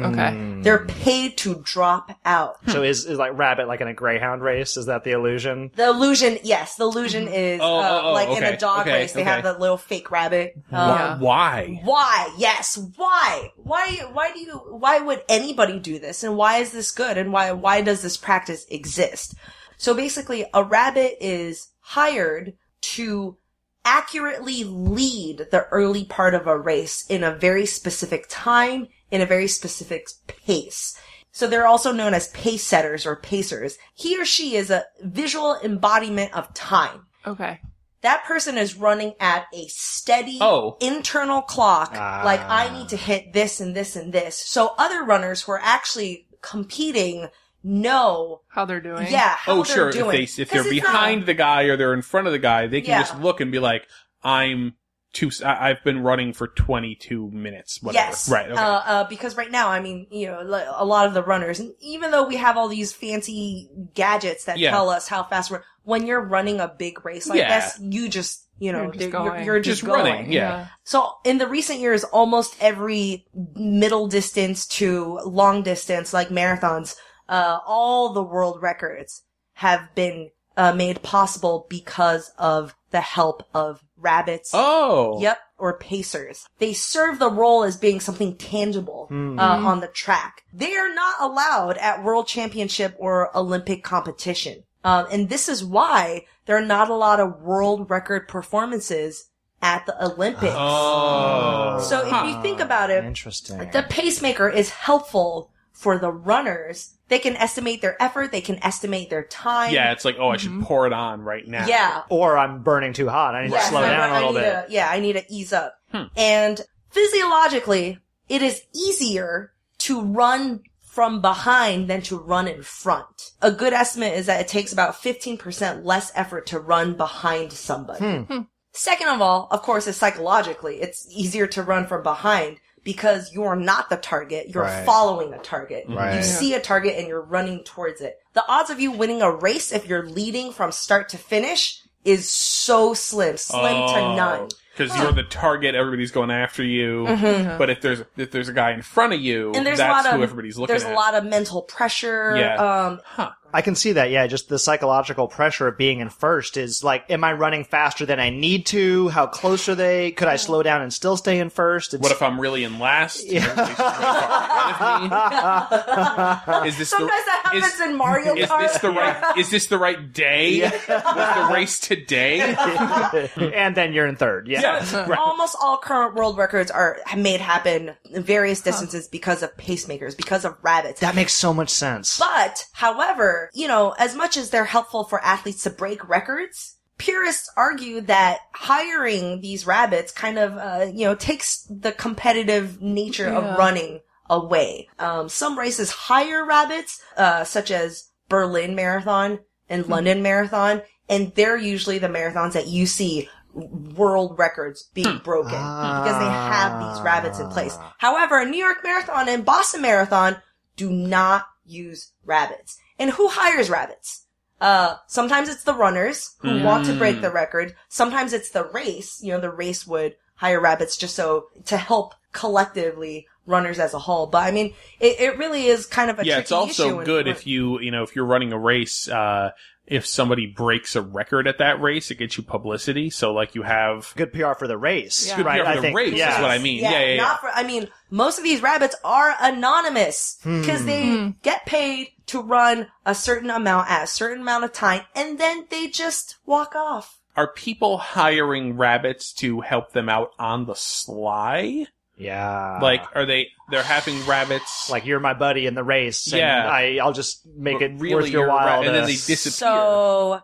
Speaker 2: out.
Speaker 4: Okay.
Speaker 5: Hmm.
Speaker 2: They're paid to drop out.
Speaker 3: Mm. So is, is like rabbit like in a greyhound race? Is that the illusion?
Speaker 2: The illusion, yes, the illusion is
Speaker 5: Oh,
Speaker 2: uh,
Speaker 5: oh, oh,
Speaker 2: like in
Speaker 5: okay,
Speaker 2: a dog
Speaker 5: okay,
Speaker 2: race. They
Speaker 5: okay.
Speaker 2: have that little fake rabbit.
Speaker 4: Yeah.
Speaker 2: Um,
Speaker 5: Why?
Speaker 2: Why? Yes. Why? Why? Why do you? Why would anybody do this? And why is this good? And why? Why does this practice exist? So basically, a rabbit is hired to accurately lead the early part of a race in a very specific time, in a very specific pace. So they're also known as pace setters or pacers. He or she is a visual embodiment of time.
Speaker 4: Okay.
Speaker 2: That person is running at a steady
Speaker 5: Oh.
Speaker 2: internal clock.
Speaker 3: Ah.
Speaker 2: Like I need to hit this and this and this. So other runners who are actually competing know,
Speaker 4: How they're doing?
Speaker 2: yeah, how
Speaker 5: oh,
Speaker 2: they're
Speaker 5: sure.
Speaker 2: doing.
Speaker 5: If they if
Speaker 2: 'Cause
Speaker 5: they're
Speaker 2: it's not-
Speaker 5: behind the guy or they're in front of the guy, they can
Speaker 2: Yeah.
Speaker 5: just look and be like, "I'm two. I, I've been running for 22 minutes. Whatever.
Speaker 2: Yes.
Speaker 5: Right. Okay.
Speaker 2: Uh, uh, because right now, I mean, you know, li- a lot of the runners, and even though we have all these fancy gadgets that
Speaker 5: Yeah.
Speaker 2: tell us how fast we're, when you're running a big race like
Speaker 5: Yeah.
Speaker 2: this, you just, you know,
Speaker 4: You're
Speaker 2: you're
Speaker 4: just
Speaker 2: you're,
Speaker 4: going.
Speaker 2: you're just,
Speaker 5: Just running,
Speaker 2: going.
Speaker 5: yeah.
Speaker 2: So in the recent years, almost every middle distance to long distance, like marathons, uh, all the world records have been uh, made possible because of the help of rabbits.
Speaker 5: oh.
Speaker 2: Yep, or pacers. They serve the role as being something tangible
Speaker 3: Hmm.
Speaker 2: uh, on the track. They are not allowed at world championship or Olympic competition. Um, and this is why there are not a lot of world record performances at the Olympics.
Speaker 5: Oh.
Speaker 2: So if you think about it,
Speaker 3: Ah. Interesting.
Speaker 2: the pacemaker is helpful for the runners. They can estimate their effort. They can estimate their time.
Speaker 5: yeah, it's like, oh, I should
Speaker 4: Mhm.
Speaker 5: pour it on right now.
Speaker 2: Mm-hmm. Yeah.
Speaker 3: or I'm burning too hot. I need to
Speaker 2: Yes,
Speaker 3: slow
Speaker 2: I-
Speaker 3: down
Speaker 2: I
Speaker 3: a little
Speaker 2: need to-
Speaker 3: bit.
Speaker 2: yeah, I need to ease up.
Speaker 5: Hmm.
Speaker 2: And physiologically, it is easier to run from behind than to run in front. A good estimate is that it takes about 15% less effort to run behind somebody.
Speaker 3: Hmm.
Speaker 4: Hmm.
Speaker 2: Second of all, of course, is psychologically, it's easier to run from behind because you're not the target, you're
Speaker 3: Right.
Speaker 2: following a target. You
Speaker 3: Right.
Speaker 2: see a target and you're running towards it. The odds of you winning a race if you're leading from start to finish is so slim, slim
Speaker 3: Oh.
Speaker 2: to none.
Speaker 5: Because Oh. you're the target, everybody's going after you.
Speaker 4: Yeah.
Speaker 5: But if there's if there's a guy in front of you,
Speaker 2: Mm-hmm. And there's a
Speaker 5: that's
Speaker 2: lot of
Speaker 5: who everybody's looking
Speaker 2: There's
Speaker 5: at.
Speaker 2: a lot of mental pressure.
Speaker 5: Yeah.
Speaker 2: Um,
Speaker 5: Huh.
Speaker 3: I can see that. Yeah, just the psychological pressure of being in first is like, am I running faster than I need to? How close are they? Could I slow down and still stay in first? It's, <laughs>
Speaker 5: What if I'm really in last? Everybody's just really far
Speaker 2: <laughs>
Speaker 5: ahead of me.
Speaker 3: I?
Speaker 5: Is this
Speaker 2: sometimes that
Speaker 5: the,
Speaker 2: happens
Speaker 5: is,
Speaker 2: in Mario
Speaker 5: <laughs> is
Speaker 2: Kart.
Speaker 5: this
Speaker 2: <laughs>
Speaker 5: the right is this the right day? Was the
Speaker 2: <laughs>
Speaker 5: race today?
Speaker 3: <laughs> and then you're in third. Yeah.
Speaker 5: Yes. Right.
Speaker 2: Almost all current world records are made happen in various distances because of pacemakers, because of rabbits.
Speaker 3: That makes so much sense.
Speaker 2: But, however, you know, as much as they're helpful for athletes to break records, purists argue that hiring these rabbits kind of, uh, you know, takes the competitive nature
Speaker 4: Yeah.
Speaker 2: of running away. Um, some races hire rabbits, uh, such as Berlin Marathon and London Marathon, and they're usually the marathons that you see world records being broken
Speaker 3: Ah.
Speaker 2: because they have these rabbits in place. However, New York Marathon and Boston Marathon do not use rabbits. And who hires rabbits? Uh, sometimes it's the runners who
Speaker 5: Hmm.
Speaker 2: want to break the record. Sometimes it's the race. You know, the race would hire rabbits just so to help collectively runners as a whole. But I mean, it, it really is kind of a
Speaker 5: yeah,
Speaker 2: tricky
Speaker 5: it's also
Speaker 2: issue
Speaker 5: good
Speaker 2: in-
Speaker 5: if you you know if you're running a race. uh if somebody breaks a record at that race, it gets you publicity. So like you have
Speaker 3: Good PR for the race,
Speaker 4: Yeah.
Speaker 5: good
Speaker 3: right?
Speaker 5: PR for
Speaker 3: I
Speaker 5: the
Speaker 3: think,
Speaker 5: race
Speaker 3: yeah.
Speaker 5: is what I mean. Yeah, yeah, yeah.
Speaker 2: Not for, I mean, most of these rabbits are anonymous because they get paid to run a certain amount at a certain amount of time, and then they just walk off.
Speaker 5: Are people hiring rabbits to help them out on the sly?
Speaker 3: yeah.
Speaker 5: like, are they? They're having rabbits
Speaker 3: Ah. like you're my buddy in the race. And
Speaker 5: Yeah.
Speaker 3: I, I'll just make
Speaker 5: But
Speaker 3: it
Speaker 5: really
Speaker 3: worth your
Speaker 5: you're
Speaker 3: while.
Speaker 5: right, and
Speaker 3: to-
Speaker 5: then they disappear.
Speaker 2: So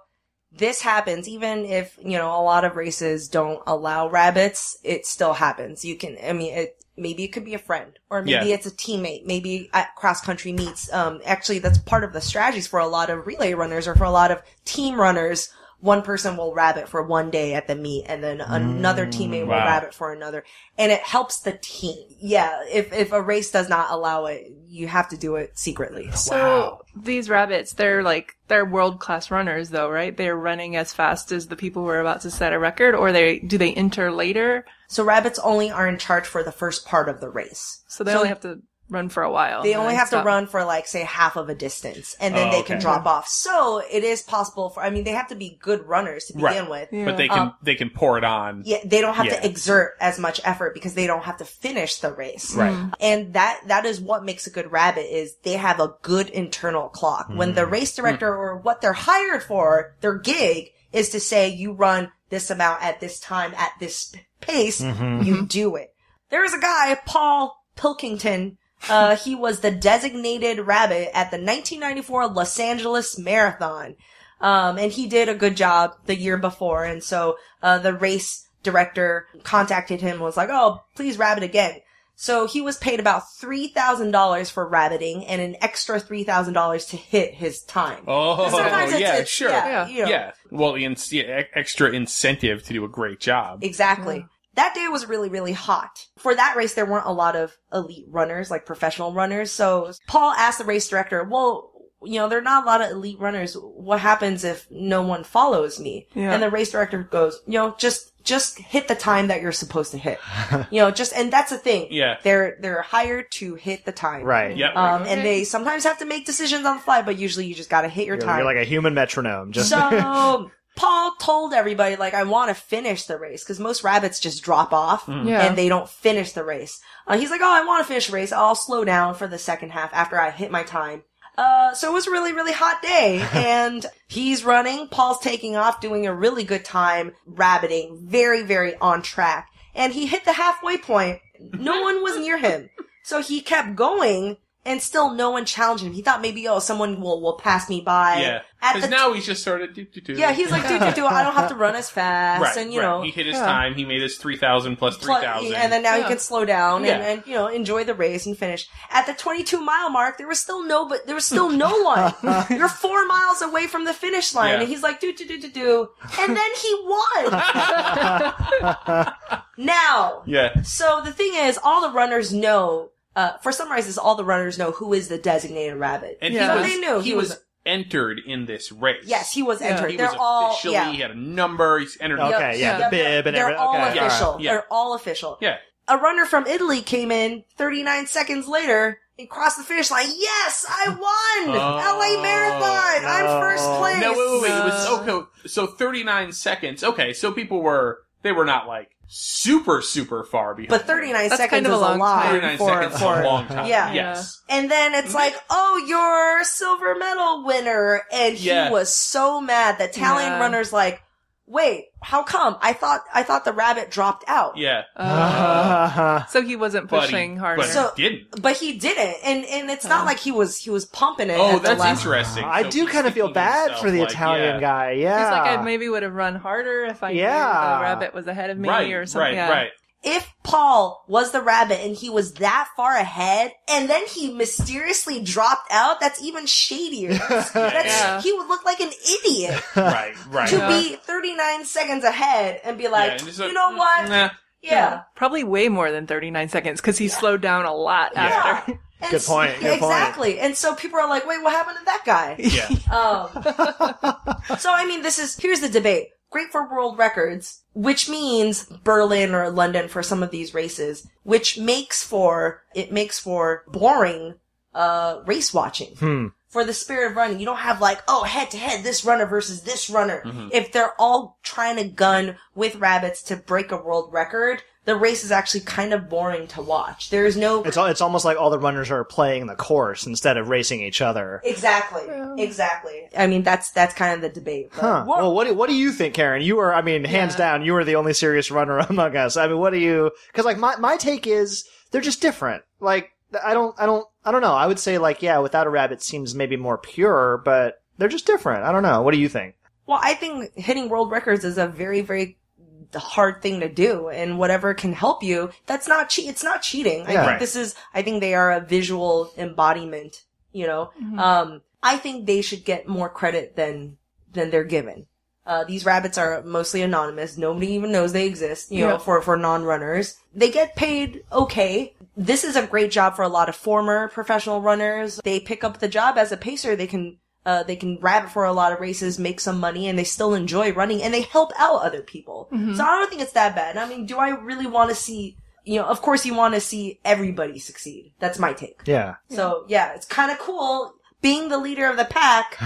Speaker 2: this happens even if you know a lot of races don't allow rabbits. It still happens. You can. I mean, it, maybe it could be a friend, or maybe
Speaker 5: Yeah.
Speaker 2: it's a teammate. Maybe at cross country meets. Um, actually, that's part of the strategies for a lot of relay runners or for a lot of team runners. One person will rabbit for one day at the meet, and then another teammate will
Speaker 5: Mm, wow.
Speaker 2: rabbit for another, and it helps the team. Yeah, if if a race does not allow it, you have to do it secretly.
Speaker 4: So these rabbits, they're like they're world class runners, though, right? They're running as fast as the people who are about to set a record, or they do they enter later,
Speaker 2: So rabbits only are in charge for the first part of the race.
Speaker 4: so they only have to run for a while.
Speaker 2: They
Speaker 4: and
Speaker 2: only
Speaker 4: Oh, then
Speaker 2: have
Speaker 4: stop.
Speaker 2: to run for like say half of a distance, and then
Speaker 5: Oh,
Speaker 2: they can
Speaker 5: okay.
Speaker 2: drop off. So it is possible for. I mean, they have to be good runners to begin
Speaker 5: Right.
Speaker 2: with.
Speaker 4: Yeah.
Speaker 5: but they can
Speaker 2: Um,
Speaker 5: they can pour it on.
Speaker 2: Yeah, they don't have
Speaker 5: Yeah.
Speaker 2: to exert as much effort because they don't have to finish the race.
Speaker 5: Right.
Speaker 4: Mm.
Speaker 2: And that that is what makes a good rabbit is they have a good internal clock. When
Speaker 5: Mm.
Speaker 2: the race director or what they're hired for, their gig is to say you run this amount at this time at this p- pace,
Speaker 3: Mm-hmm.
Speaker 2: you do it. There is a guy, Paul Pilkington. Uh, he was the designated rabbit at the 1994 Los Angeles Marathon. Um, and he did a good job the year before. And so, uh, the race director contacted him and was like, Oh, please rabbit again. So he was paid about $3,000 for rabbiting and an extra $3,000 to hit his time.
Speaker 5: Oh,
Speaker 2: Sometimes it's-
Speaker 5: yeah,
Speaker 2: it's-
Speaker 5: sure.
Speaker 2: yeah,
Speaker 4: Yeah.
Speaker 2: you know.
Speaker 5: Yeah. Well, in, yeah, e- extra incentive to do a great job.
Speaker 2: Exactly. That day was really, really hot. For that race, there weren't a lot of elite runners, like professional runners. So Paul asked the race director, well, you know, there are not a lot of elite runners. What happens if no one follows me?
Speaker 4: Yeah.
Speaker 2: And the race director goes, you know, just, just hit the time that you're supposed to
Speaker 3: <laughs>
Speaker 2: hit. you know, just, and that's the thing.
Speaker 5: Yeah.
Speaker 2: They're, they're hired to hit the time.
Speaker 3: Right.
Speaker 5: Yep.
Speaker 2: Um,
Speaker 4: Okay.
Speaker 2: and they sometimes have to make decisions on the fly, but usually you just gotta hit your
Speaker 3: You're,
Speaker 2: time.
Speaker 3: you're like a human metronome. Just <laughs>
Speaker 2: <laughs> So Paul told everybody, like, I want to finish the race because most rabbits just drop off
Speaker 5: Mm. Mm-hmm.
Speaker 4: Yeah.
Speaker 2: and they don't finish the race. Uh, he's like, Oh, I want to finish the race. I'll slow down for the second half after I hit my time. Uh, so it was a really, really hot day and he's running. Paul's taking off, doing a really good time, rabbiting, very, very on track. And he hit the halfway point. No one was near him. So he kept going and still no one challenged him. He thought maybe, oh, someone will, will pass me by.
Speaker 5: yeah.
Speaker 2: At the
Speaker 5: Because now he's just sort of do do do.
Speaker 2: yeah, he's like, dude, dude, dude, I don't have to run as fast,
Speaker 5: right,
Speaker 2: and you
Speaker 5: right.
Speaker 2: know,
Speaker 5: he hit his
Speaker 4: Yeah.
Speaker 5: time. He made his three thousand plus three
Speaker 2: pl-
Speaker 5: thousand.
Speaker 2: and then now he
Speaker 4: Yeah.
Speaker 2: can slow down
Speaker 5: Yeah.
Speaker 2: and, and you know enjoy the race and finish. At the 22 mile mark, there was still no, but there was still no
Speaker 5: <laughs>
Speaker 2: one. You're four miles away from the finish line,
Speaker 5: Yeah.
Speaker 2: and he's like, dude, dude, dude, dude, dude, and then he
Speaker 5: <laughs>
Speaker 2: won. now,
Speaker 5: yeah.
Speaker 2: so the thing is, all the runners know. Uh, for summarizes, all the runners know who is the designated rabbit.
Speaker 5: And
Speaker 4: Yeah.
Speaker 5: he
Speaker 2: So
Speaker 5: was,
Speaker 2: they knew
Speaker 5: he,
Speaker 2: he
Speaker 5: was,
Speaker 2: was-
Speaker 5: entered in this race.
Speaker 2: Yes, he was
Speaker 4: Yeah.
Speaker 2: entered.
Speaker 5: He
Speaker 2: They're
Speaker 5: was
Speaker 2: all
Speaker 5: officially.
Speaker 2: yeah.
Speaker 5: He had a number. He's entered. in-
Speaker 3: okay, yeah,
Speaker 4: Yeah.
Speaker 3: the bib and
Speaker 2: They're
Speaker 3: everything.
Speaker 2: all
Speaker 3: okay.
Speaker 2: official.
Speaker 5: Yeah.
Speaker 2: They're all official.
Speaker 5: Yeah.
Speaker 2: A runner from Italy came in 39 seconds later and crossed the finish line. Yes, I won!
Speaker 5: Oh,
Speaker 2: LA Marathon! I'm
Speaker 3: no.
Speaker 2: first place!
Speaker 5: No, wait, wait, wait. It
Speaker 4: Uh,
Speaker 5: was okay. So thirty-nine seconds. Okay, so people were they were not like super super far behind.
Speaker 2: But 39
Speaker 4: That's
Speaker 2: seconds
Speaker 4: kind of
Speaker 2: is
Speaker 4: a long
Speaker 2: a lot.
Speaker 4: time.
Speaker 5: thirty-nine
Speaker 2: for,
Speaker 5: seconds
Speaker 2: for,
Speaker 5: is a long time.
Speaker 2: Yeah.
Speaker 5: Yes.
Speaker 2: And then it's like, oh, you're a silver medal winner. And he
Speaker 5: Yeah.
Speaker 2: was so mad. The Italian
Speaker 4: Yeah.
Speaker 2: runner's like, wait, how come? I thought, I thought the rabbit dropped out.
Speaker 5: Yeah.
Speaker 4: Uh, so he wasn't
Speaker 5: But he-
Speaker 4: pushing
Speaker 5: but
Speaker 4: harder.
Speaker 5: he
Speaker 2: So-
Speaker 5: didn't.
Speaker 2: But he didn't. And, and it's not
Speaker 4: Oh.
Speaker 2: like he was, he was pumping it.
Speaker 5: Oh,
Speaker 2: at the
Speaker 5: that's
Speaker 2: last-
Speaker 5: interesting.
Speaker 3: I
Speaker 5: So
Speaker 3: do
Speaker 5: he's
Speaker 3: kind of feel
Speaker 5: thinking to
Speaker 3: bad
Speaker 5: himself,
Speaker 3: for the
Speaker 5: like,
Speaker 3: Italian
Speaker 5: yeah.
Speaker 3: guy. Yeah,
Speaker 4: He's like, I maybe would have run harder if I knew
Speaker 3: Yeah.
Speaker 4: the rabbit was ahead of me
Speaker 5: Right,
Speaker 4: or
Speaker 5: right,
Speaker 4: something.
Speaker 3: <laughs>
Speaker 4: yeah.
Speaker 5: right.
Speaker 2: if Paul was the rabbit and he was that far ahead and then he mysteriously dropped out, that's even shadier.
Speaker 3: <laughs>
Speaker 2: That's,
Speaker 5: Yeah.
Speaker 2: He would look like an idiot
Speaker 5: right, right.
Speaker 2: to
Speaker 5: Yeah,
Speaker 2: be 39 seconds ahead and be like,
Speaker 5: and Mm-hmm. just
Speaker 2: you know
Speaker 4: <laughs>
Speaker 2: what?
Speaker 5: Nah.
Speaker 2: Yeah.
Speaker 4: Probably way more than 39 seconds because he slowed down a lot
Speaker 2: Yeah.
Speaker 4: after.
Speaker 2: And
Speaker 3: Good
Speaker 2: s-
Speaker 3: point, good point.
Speaker 2: exactly. And so people are
Speaker 3: <laughs>
Speaker 2: like, wait, what happened to that guy?
Speaker 5: Yeah.
Speaker 2: Um, so I mean, this is here's the debate. great for world records, which means Berlin or London for some of these races, which makes for, it makes for boring, uh, race watching.
Speaker 3: Hmm.
Speaker 2: For the spirit of running, you don't have like, oh, head to head, this runner versus this runner. If they're all trying to gun with rabbits to break a world record, the race is actually kind of boring to watch. There is no
Speaker 3: <laughs> It's al- it's almost like all the runners are playing the course instead of racing each other.
Speaker 2: Exactly. Exactly. I mean, that's that's kind of the debate. but-
Speaker 3: Huh. Well, what do, what do you think, Karen? You are, I mean, hands down, you are the only serious runner <laughs> among us. I mean, what do you? Because like my my take is they're just different. Like I don't I don't I don't know. I would say like yeah, without a rabbit seems maybe more pure, but they're just different. I don't know. What do you think?
Speaker 2: Well, I think hitting world records is a very very hard thing to do, and whatever can help you, that's not cheat. It's not cheating. I
Speaker 3: Yeah.
Speaker 2: think
Speaker 3: Right.
Speaker 2: this is. I think they are a visual embodiment. You know, um, I think they should get more credit than than they're given. Uh, these rabbits are mostly anonymous. Nobody even knows they exist, you know,
Speaker 4: Yeah.
Speaker 2: for, for non-runners. They get paid okay. This is a great job for a lot of former professional runners. They pick up the job as a pacer. They can, uh, they can rabbit for a lot of races, make some money, and they still enjoy running and they help out other people. So I don't think it's that bad. I mean, do I really want to see, you know, of course you want to see everybody succeed. That's my take.
Speaker 3: Yeah.
Speaker 2: So yeah, it's kind of cool being the leader of the pack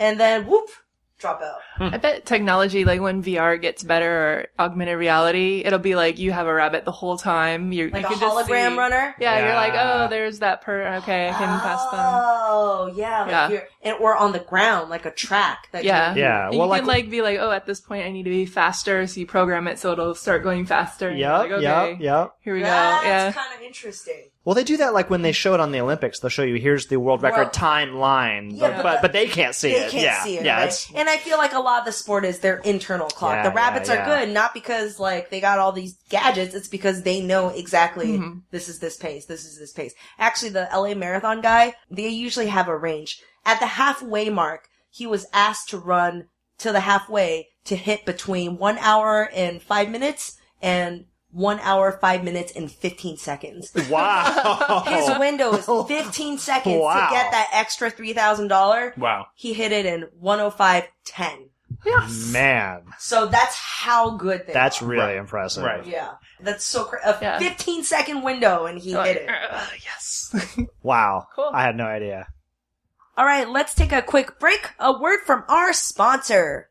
Speaker 2: and then whoop, drop out.
Speaker 4: <laughs> I bet technology, like when VR gets better or augmented reality, it'll be like you have a rabbit the whole time. You,
Speaker 2: Like
Speaker 4: you
Speaker 2: a
Speaker 4: could just
Speaker 2: hologram
Speaker 4: see-
Speaker 2: runner.
Speaker 4: Yeah, you're like,
Speaker 5: Yeah.
Speaker 4: oh, there's that per. Okay, I can pass them.
Speaker 2: Oh, yeah, like
Speaker 4: Yeah.
Speaker 2: you're and or on the ground, like a track. That
Speaker 4: Yeah.
Speaker 3: Yeah.
Speaker 4: And
Speaker 3: Well,
Speaker 4: you
Speaker 3: like
Speaker 4: can like be like, oh, at this point I need to be faster, so you program it so it'll start going faster. and you're
Speaker 3: yeah
Speaker 4: like, okay,
Speaker 3: yeah yeah.
Speaker 4: Here we
Speaker 2: you,
Speaker 4: go.
Speaker 2: that's
Speaker 4: Yeah.
Speaker 2: kind of interesting.
Speaker 3: Well, they do that like when they show it on the Olympics. They'll show you here's the world record
Speaker 2: Well-
Speaker 3: timeline,
Speaker 2: Yeah,
Speaker 3: but,
Speaker 2: but
Speaker 3: but
Speaker 2: the-
Speaker 3: but they can't see
Speaker 2: they
Speaker 3: it.
Speaker 2: can't
Speaker 3: yeah,
Speaker 2: see it.
Speaker 3: yeah.
Speaker 2: right?
Speaker 3: It's
Speaker 2: <laughs> And I feel like a lot of the sport is their internal clock.
Speaker 3: Yeah,
Speaker 2: the
Speaker 3: yeah,
Speaker 2: rabbits
Speaker 3: yeah.
Speaker 2: are good not because like they got all these gadgets. It's because they know exactly
Speaker 4: Mhm.
Speaker 2: this is this pace. This is this pace. Actually, the LA marathon guy, they usually have a range at the halfway mark. He was asked to run to the halfway to hit between one hour and five minutes and one hour, five minutes and 15 seconds.
Speaker 3: wow.
Speaker 2: His window is 15 seconds
Speaker 3: Oh. Wow.
Speaker 2: to get that extra $3,000
Speaker 5: Wow.
Speaker 2: he hit it in 105.10.
Speaker 3: Man,
Speaker 2: So that's how good they
Speaker 3: that's
Speaker 2: are.
Speaker 3: really
Speaker 5: Right.
Speaker 3: impressive.
Speaker 5: Right.
Speaker 2: Yeah. That's so cra A
Speaker 4: Yeah. Oh,
Speaker 2: 15 second window and he
Speaker 4: You're like,
Speaker 2: hit it.
Speaker 4: "Ugh, yes. <laughs>
Speaker 3: Wow.
Speaker 4: Cool.
Speaker 3: I had no idea.
Speaker 2: All right, let's take a quick break. A word from our sponsor.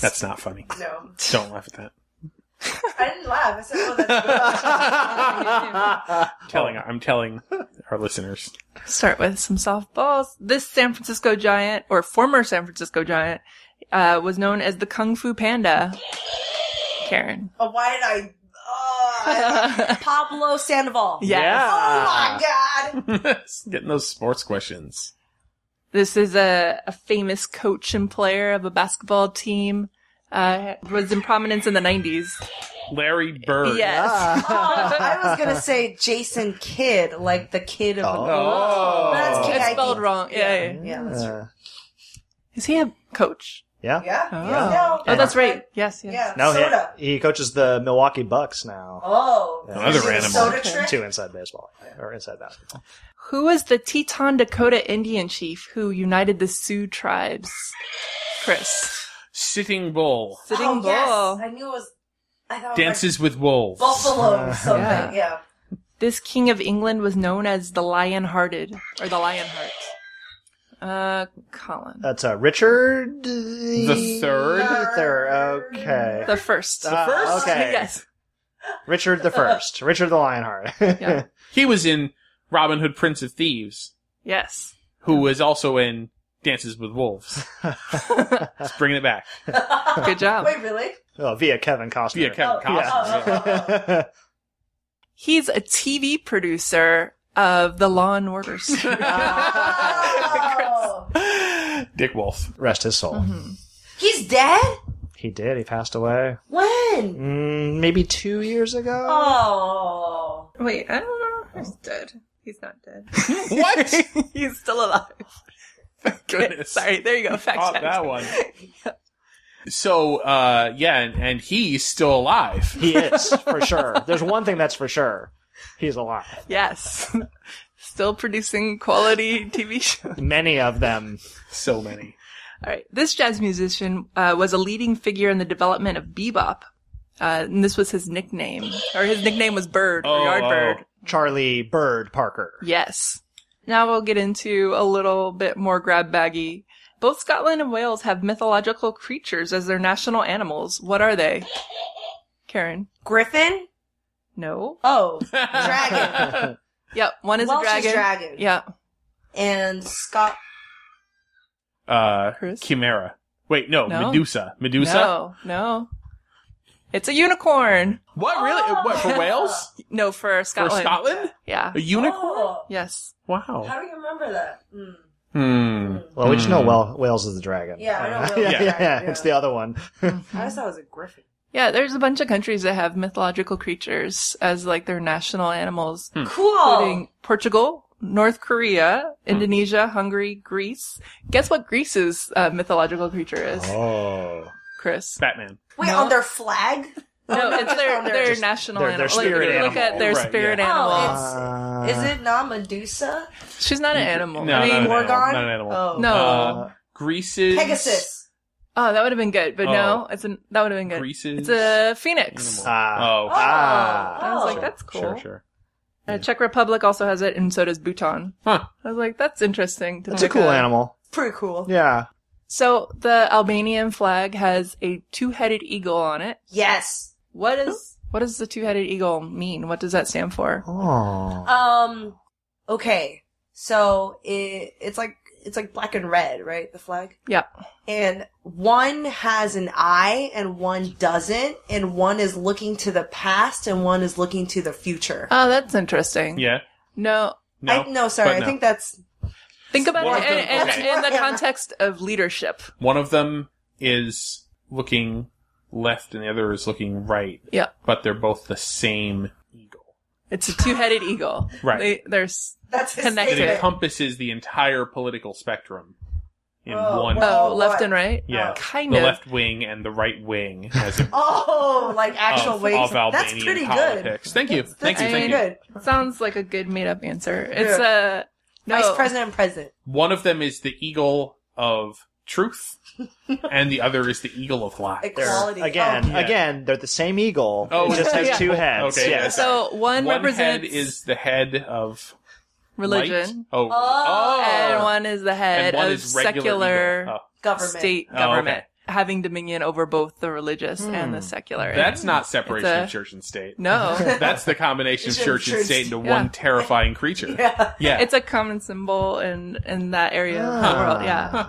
Speaker 5: That's not funny.
Speaker 2: No.
Speaker 5: Don't laugh at
Speaker 3: <laughs>
Speaker 5: that.
Speaker 2: I didn't laugh. I said, oh, that's good.
Speaker 5: Telling, I'm telling our listeners. <laughs>
Speaker 4: start with some softballs. This San Francisco Giant or former San Francisco Giant uh, was known as the Kung Fu Panda. <laughs> Karen.
Speaker 2: Oh, why did I? Oh, I- Pablo Sandoval.
Speaker 4: Yeah.
Speaker 2: Oh my god.
Speaker 5: Getting those sports questions.
Speaker 4: This is a, a famous coach and player of a basketball team. Uh, was in prominence in the 90s.
Speaker 5: Larry Bird.
Speaker 4: Yes.
Speaker 3: Ah.
Speaker 2: Oh, I was gonna say Jason Kidd, like the kid of
Speaker 3: Oh.
Speaker 2: a.
Speaker 5: Oh.
Speaker 2: That's
Speaker 4: It's
Speaker 2: K-I-D.
Speaker 4: spelled wrong. Yeah, yeah, yeah.
Speaker 2: Yeah, that's
Speaker 3: Uh,
Speaker 4: Is he a coach?
Speaker 3: yeah.
Speaker 2: Yeah.
Speaker 3: Oh.
Speaker 2: No,
Speaker 4: Oh, that's right.
Speaker 2: fine.
Speaker 4: Yes, yes.
Speaker 2: Yeah.
Speaker 3: No,
Speaker 2: soda.
Speaker 3: he, he coaches the Milwaukee Bucks now.
Speaker 2: Oh,
Speaker 3: Yeah.
Speaker 5: Another
Speaker 2: Is it a
Speaker 5: animal.
Speaker 2: Soda
Speaker 4: Okay.
Speaker 2: trick?
Speaker 3: Two inside baseball or inside basketball.
Speaker 4: Who was the Teton Dakota Indian chief who united the Sioux tribes? Chris.
Speaker 5: Sitting Bull.
Speaker 4: Sitting
Speaker 2: oh,
Speaker 4: Bull.
Speaker 2: Yes. I knew it was. I thought
Speaker 5: Dances with Wolves.
Speaker 2: it was like buffalo or something. Yeah.
Speaker 4: Yeah. This king of England was known as the Lion-hearted or the Lionheart. Uh, Colin.
Speaker 3: That's uh, Richard the
Speaker 5: third?
Speaker 3: Third. Okay.
Speaker 4: the first.
Speaker 3: Ah,
Speaker 5: first?
Speaker 3: Okay.
Speaker 4: <laughs> Yes.
Speaker 3: Richard the First. Richard the Lionheart.
Speaker 4: Yeah.
Speaker 5: He was in Robin Hood, Prince of Thieves,
Speaker 4: Yes.
Speaker 5: who was also in Dances with
Speaker 3: <laughs>
Speaker 5: Wolves. Let's bring it back.
Speaker 4: Good job.
Speaker 2: Wait, really?
Speaker 3: <laughs> oh, via Kevin Costner.
Speaker 5: Via Kevin
Speaker 2: Oh,
Speaker 5: Costner.
Speaker 2: yeah.
Speaker 5: yeah.
Speaker 4: He's a TV producer of the Law and
Speaker 5: <laughs>
Speaker 4: Order <laughs> series.
Speaker 2: Oh. <laughs>
Speaker 5: Dick Wolf.
Speaker 3: Rest his soul.
Speaker 2: Mm-hmm. He's dead.
Speaker 3: He did. He passed away
Speaker 2: When?
Speaker 3: mm, maybe two years ago.
Speaker 2: Oh.
Speaker 4: Wait, I don't know. He's dead. He's not dead.
Speaker 2: <laughs>
Speaker 4: <laughs>
Speaker 5: <laughs> What?
Speaker 4: He's still alive. <laughs>
Speaker 5: Goodness.
Speaker 4: Sorry, there you go. Fact
Speaker 5: Caught
Speaker 4: check.
Speaker 5: that one. So, uh, yeah, and, and he's still alive.
Speaker 3: He is for sure. There's one thing that's for sure. He's alive.
Speaker 4: Yes. <laughs> Still producing quality
Speaker 5: <laughs>
Speaker 4: TV shows.
Speaker 3: Many of them.
Speaker 5: So many.
Speaker 4: All right. This jazz musician uh, was a leading figure in the development of bebop. Uh, and this was his nickname, or his nickname was Bird or
Speaker 5: Oh,
Speaker 4: Yardbird.
Speaker 5: oh.
Speaker 3: Charlie Bird Parker.
Speaker 4: Yes. Now we'll get into a little bit more grab baggy. Both Scotland and Wales have mythological creatures as their national animals. What are they? Karen.
Speaker 2: Griffin.
Speaker 4: No.
Speaker 2: Oh, dragon.
Speaker 4: Yep. One is
Speaker 2: Welsh
Speaker 4: a
Speaker 2: is dragon.
Speaker 4: dragon. Yeah.
Speaker 2: and Scott.
Speaker 5: <laughs> Uh,
Speaker 4: Chris?
Speaker 5: Chimera. Wait, no,
Speaker 4: No.
Speaker 5: Medusa. Medusa?
Speaker 4: No. No. It's a unicorn.
Speaker 5: What, really?
Speaker 2: Oh.
Speaker 5: What,
Speaker 2: <laughs>
Speaker 5: for Wales?
Speaker 4: No, for
Speaker 5: For
Speaker 4: Scotland.
Speaker 5: Scotland?
Speaker 4: Yeah.
Speaker 5: A unicorn?
Speaker 2: Oh,
Speaker 4: Yes.
Speaker 5: Wow.
Speaker 2: how do you remember that? Mm.
Speaker 5: Hmm.
Speaker 3: Well, we just know well, Wales is the dragon.
Speaker 2: Yeah,
Speaker 3: <laughs>
Speaker 2: I know Wales is
Speaker 3: yeah,
Speaker 2: the
Speaker 3: yeah, yeah,
Speaker 2: dragon,
Speaker 3: It's
Speaker 2: yeah.
Speaker 3: the other one.
Speaker 2: I just thought it was a griffin.
Speaker 4: Yeah, there's a bunch of countries that have mythological creatures as like their national animals,
Speaker 2: Hmm. Cool.
Speaker 4: including Portugal, North Korea,
Speaker 2: Hmm.
Speaker 4: Indonesia, Hungary, Greece. Guess what Greece's uh, mythological creature is,
Speaker 3: oh.
Speaker 5: <laughs>
Speaker 4: Chris?
Speaker 5: Batman.
Speaker 2: Wait,
Speaker 4: No.
Speaker 2: on their flag?
Speaker 4: No,
Speaker 2: <laughs>
Speaker 4: it's their, their
Speaker 3: Just
Speaker 4: national
Speaker 3: their- their
Speaker 4: animal.
Speaker 3: spirit
Speaker 4: like, if you look
Speaker 3: animal.
Speaker 4: at their
Speaker 5: Right,
Speaker 4: spirit
Speaker 5: yeah.
Speaker 4: animal.
Speaker 2: Oh, Is it not Medusa?
Speaker 4: She's not an animal.
Speaker 5: No,
Speaker 4: I mean,
Speaker 5: not, an
Speaker 2: Oh, Morgan?
Speaker 5: animal, not an animal.
Speaker 2: Oh.
Speaker 4: No.
Speaker 5: Uh, Greece's.
Speaker 2: Pegasus.
Speaker 4: oh, that would have been good, but no,
Speaker 5: Oh.
Speaker 4: it's an, that would have been good.
Speaker 5: Greece's.
Speaker 4: It's a phoenix.
Speaker 5: animal. oh,
Speaker 3: Ah.
Speaker 4: I was like,
Speaker 2: Oh.
Speaker 4: that's cool.
Speaker 5: Sure, sure.
Speaker 4: Uh, Czech Republic also has it, and so does Bhutan.
Speaker 5: Huh.
Speaker 4: I was like, that's interesting. to
Speaker 3: It's a
Speaker 4: pick
Speaker 3: cool animal.
Speaker 2: Pretty cool.
Speaker 3: Yeah.
Speaker 4: So the Albanian flag has a two-headed eagle on it.
Speaker 2: Yes.
Speaker 4: What is what does the two-headed eagle mean? What does that stand for?
Speaker 3: Oh.
Speaker 2: Um. Okay. So it, it's like it's like black and red, right? The flag.
Speaker 4: Yeah.
Speaker 2: And one has an eye and one doesn't, and one is looking to the past and one is looking to the future.
Speaker 4: Oh, that's interesting.
Speaker 5: Yeah.
Speaker 4: No,
Speaker 5: No.
Speaker 2: I, no, sorry.
Speaker 5: but
Speaker 2: I think that's
Speaker 4: think about
Speaker 5: One
Speaker 4: it
Speaker 5: of them-
Speaker 4: in, in-
Speaker 5: okay.
Speaker 4: in the context of leadership.
Speaker 5: one of them is looking left and the other is looking right,
Speaker 4: Yeah,
Speaker 5: but they're both the same eagle.
Speaker 4: it's a two-headed eagle.
Speaker 5: Right.
Speaker 4: They, there's
Speaker 2: that's his
Speaker 4: Connected.
Speaker 5: It
Speaker 4: Okay.
Speaker 2: statement.
Speaker 5: encompasses the entire political spectrum in
Speaker 2: Oh,
Speaker 5: one.
Speaker 2: wow.
Speaker 4: oh,
Speaker 2: Oh,
Speaker 4: left
Speaker 2: what?
Speaker 4: and right.
Speaker 5: Yeah,
Speaker 4: kind
Speaker 5: the
Speaker 4: of.
Speaker 5: left wing and the right wing as
Speaker 2: <laughs>
Speaker 5: a,
Speaker 2: Oh, like actual
Speaker 5: of,
Speaker 2: ways.
Speaker 5: of Albanian
Speaker 2: that's pretty good.
Speaker 5: politics. Thank you, thank
Speaker 2: That's
Speaker 5: you,
Speaker 4: I
Speaker 5: thank
Speaker 2: pretty
Speaker 5: you.
Speaker 2: good.
Speaker 4: Sounds like a good made-up answer. It's a no.
Speaker 2: Vice president and president.
Speaker 5: One of them is the eagle of
Speaker 2: <laughs>
Speaker 5: truth, and the other is the eagle of lies.
Speaker 2: Equality.
Speaker 3: Again,
Speaker 2: Oh,
Speaker 5: Yeah.
Speaker 3: again, they're the same eagle.
Speaker 5: Oh,
Speaker 3: it just has
Speaker 4: yeah.
Speaker 3: two heads.
Speaker 5: Okay,
Speaker 3: Yes.
Speaker 4: So one,
Speaker 5: One head
Speaker 4: represents
Speaker 5: is the head of
Speaker 4: religion,
Speaker 5: light. Oh,
Speaker 2: Oh.
Speaker 4: and one is the head
Speaker 5: and one
Speaker 4: of
Speaker 5: is regular
Speaker 4: secular.
Speaker 5: eagle. Oh.
Speaker 2: government.
Speaker 4: state
Speaker 2: <laughs>
Speaker 5: Oh,
Speaker 4: government having dominion over both the religious and
Speaker 3: Hmm.
Speaker 4: the secular.
Speaker 5: Oh, That's not separation
Speaker 4: It's a-
Speaker 5: of church and state. <laughs>
Speaker 4: no.
Speaker 5: That's the combination of
Speaker 2: It's a
Speaker 5: church and
Speaker 2: church-
Speaker 5: state into
Speaker 4: yeah.
Speaker 5: one terrifying
Speaker 2: <laughs>
Speaker 5: creature. Yeah.
Speaker 4: it's a common symbol in in that area of the
Speaker 3: Ah.
Speaker 4: world. Yeah.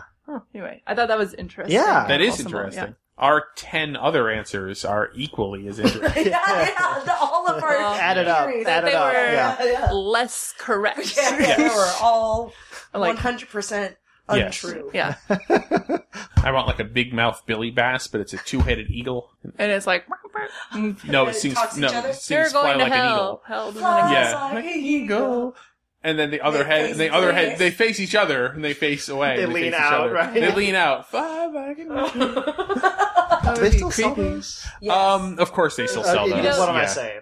Speaker 4: Anyway, I thought that was interesting.
Speaker 3: Yeah.
Speaker 5: that is
Speaker 4: Awesome.
Speaker 5: interesting.
Speaker 4: Yeah.
Speaker 5: Our 10 other answers are equally
Speaker 2: <laughs>
Speaker 5: as interesting.
Speaker 2: yeah,
Speaker 3: <laughs>
Speaker 2: yeah, the, all of our
Speaker 4: Well,
Speaker 3: Add it up.
Speaker 2: theories.
Speaker 3: Add it
Speaker 4: Um, They
Speaker 3: up. Yeah.
Speaker 4: were-
Speaker 2: yeah.
Speaker 4: Less
Speaker 3: <laughs>
Speaker 2: <laughs>
Speaker 4: correct.
Speaker 2: Yeah,
Speaker 4: <laughs>
Speaker 2: they were all
Speaker 4: Like-
Speaker 2: one hundred percent
Speaker 5: Yes.
Speaker 2: untrue.
Speaker 4: Yeah.
Speaker 5: I want like a big mouth Billy Bass, but it's a two headed eagle.
Speaker 4: And it's like
Speaker 5: <laughs> No,
Speaker 2: That
Speaker 5: it
Speaker 2: it
Speaker 5: sings
Speaker 2: talks to
Speaker 5: no,
Speaker 2: each other?
Speaker 5: it
Speaker 4: They're
Speaker 5: sings
Speaker 4: going
Speaker 5: fly
Speaker 4: to
Speaker 5: like an eagle.
Speaker 4: hell. Hell doesn't
Speaker 2: Fly.
Speaker 4: exist.
Speaker 5: Yeah,
Speaker 2: like
Speaker 5: like
Speaker 2: an
Speaker 5: an
Speaker 2: eagle.
Speaker 5: eagle. And then the other
Speaker 2: They
Speaker 5: head,
Speaker 2: face
Speaker 5: and the other
Speaker 2: each other.
Speaker 5: head, they face each other and they face away.
Speaker 3: They
Speaker 5: and
Speaker 3: lean
Speaker 5: face each
Speaker 3: out,
Speaker 5: other.
Speaker 3: right?
Speaker 5: They lean out. Fly like
Speaker 2: <laughs>
Speaker 5: an eagle.
Speaker 3: Do they still sell those?
Speaker 2: Yes.
Speaker 5: Um, of course they still
Speaker 3: Uh,
Speaker 5: sell
Speaker 3: you
Speaker 5: those.
Speaker 3: know, what am I
Speaker 5: yeah.
Speaker 3: saying?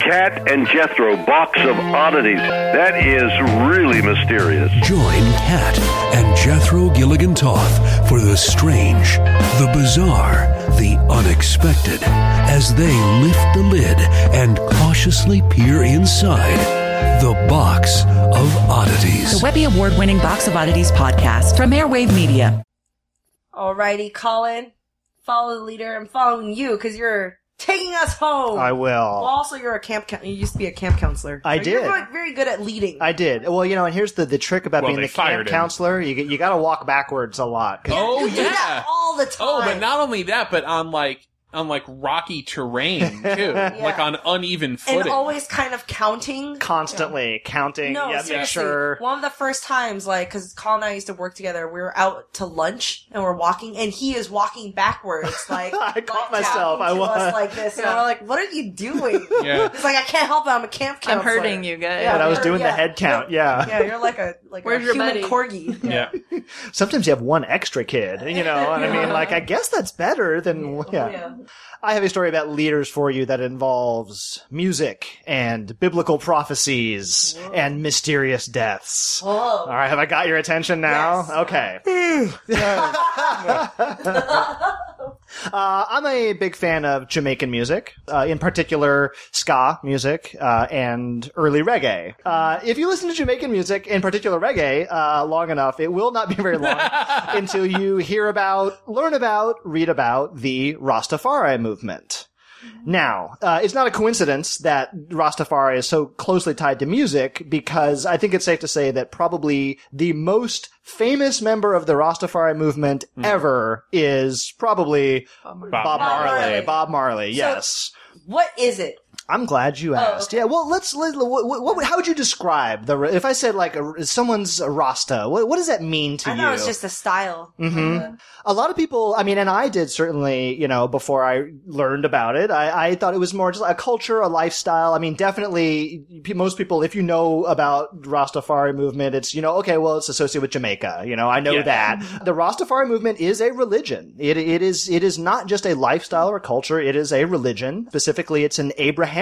Speaker 8: Cat and Jethro Box of Oddities. That is really mysterious.
Speaker 6: Join Kat and Jethro Gilligan Toth for the strange, the bizarre, the unexpected as they lift the lid and cautiously peer inside the box of oddities.
Speaker 9: Webby Award winning Box of Oddities podcast from Airwave Media.
Speaker 2: Alrighty, Colin. Follow the leader. I'm following you because you're taking us home.
Speaker 3: I
Speaker 2: Well,
Speaker 3: will.
Speaker 2: also, you're a camp. coun- You used to be a camp counselor.
Speaker 3: I
Speaker 2: You're
Speaker 3: did.
Speaker 2: very- very good at leading.
Speaker 3: I did. Well, you know, and here's the, the trick about
Speaker 5: Well,
Speaker 3: being
Speaker 5: they
Speaker 3: the camp
Speaker 5: fired him.
Speaker 3: counselor. You, you got to walk backwards a lot. 'cause-
Speaker 5: Oh
Speaker 2: you do that
Speaker 5: yeah.
Speaker 2: all the time.
Speaker 5: Oh, but not only that, but on like on like rocky <laughs> terrain too, like on uneven
Speaker 2: and
Speaker 5: footing.
Speaker 2: always kind of counting.
Speaker 3: Constantly counting.
Speaker 2: No,
Speaker 3: yeah, make
Speaker 2: seriously.
Speaker 3: sure.
Speaker 2: One of the first times, like, because Colin and I used to work together, we were out to lunch and we're walking, and he is walking
Speaker 3: <laughs>
Speaker 2: backwards, like
Speaker 3: I caught
Speaker 2: like,
Speaker 3: myself. I
Speaker 2: talking to
Speaker 3: was.
Speaker 2: us like this, and
Speaker 4: Yeah.
Speaker 2: I'm like, "What are you
Speaker 3: <laughs>
Speaker 2: doing?"
Speaker 5: <laughs> Yeah.
Speaker 2: It's like I can't help it. I'm a camp
Speaker 4: I'm
Speaker 2: counselor.
Speaker 4: hurting you guys.
Speaker 2: Yeah,
Speaker 3: But I was
Speaker 2: or-
Speaker 3: doing the
Speaker 2: yeah.
Speaker 3: head count. Yeah.
Speaker 2: Yeah, you're like a like
Speaker 4: Where's
Speaker 2: a
Speaker 4: your
Speaker 2: human
Speaker 4: buddy?
Speaker 2: corgi.
Speaker 5: yeah.
Speaker 3: Sometimes you have one extra kid, you know, and I <laughs> mean, like, I guess that's better than, yeah.
Speaker 2: Yeah.
Speaker 3: I have a story about leaders for you that involves music and biblical prophecies and mysterious deaths. All right, have I got your attention now?
Speaker 2: Oh. Yes.
Speaker 3: Okay. <laughs> Uh, I'm a big fan of Jamaican music, uh, in particular ska music uh, and early reggae. Uh, if you listen to Jamaican music, in particular reggae, uh, long enough, it will not be very long
Speaker 5: <laughs>
Speaker 3: until you hear about, learn about, read about the Rastafari movement. Now, uh, it's not a coincidence that Rastafari is so closely tied to music because I think it's safe to say that probably the most famous member of the Rastafari movement
Speaker 2: Hmm.
Speaker 3: ever is probably Bob, Marley.
Speaker 2: Marley.
Speaker 3: Bob Marley, yes.
Speaker 2: What is it?
Speaker 3: I'm glad
Speaker 2: Oh,
Speaker 3: you asked. Yeah, well, let's, let, what, what, what, how would you describe the, if I said like a, someone's a Rasta, what, what does that mean to
Speaker 2: I
Speaker 3: you?
Speaker 2: thought it was just a style.
Speaker 3: a lot of people, I mean, and I did certainly, you know, before I learned about it, I, I thought it was more just a culture, a lifestyle. I mean, definitely p- most people, if you know about Rastafari movement, it's, you know, okay, well, it's associated with Jamaica. You know, I know
Speaker 5: Yeah.
Speaker 3: that. The Rastafari movement is a religion. It, it is, it is not just a lifestyle or culture. It is a religion. Specifically, it's an Abrahamic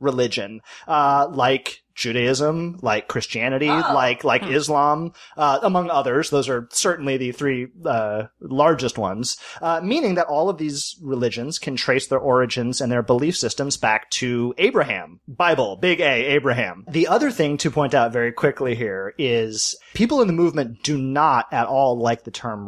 Speaker 3: religion, uh, like Judaism, like Christianity, like like Islam, uh, among others. Those are certainly the three uh, largest ones. Uh, meaning that all of these religions can trace their origins and their belief systems back to Abraham, Bible, Big A, Abraham. The other thing to point out very quickly here is people in the movement do not at all like the term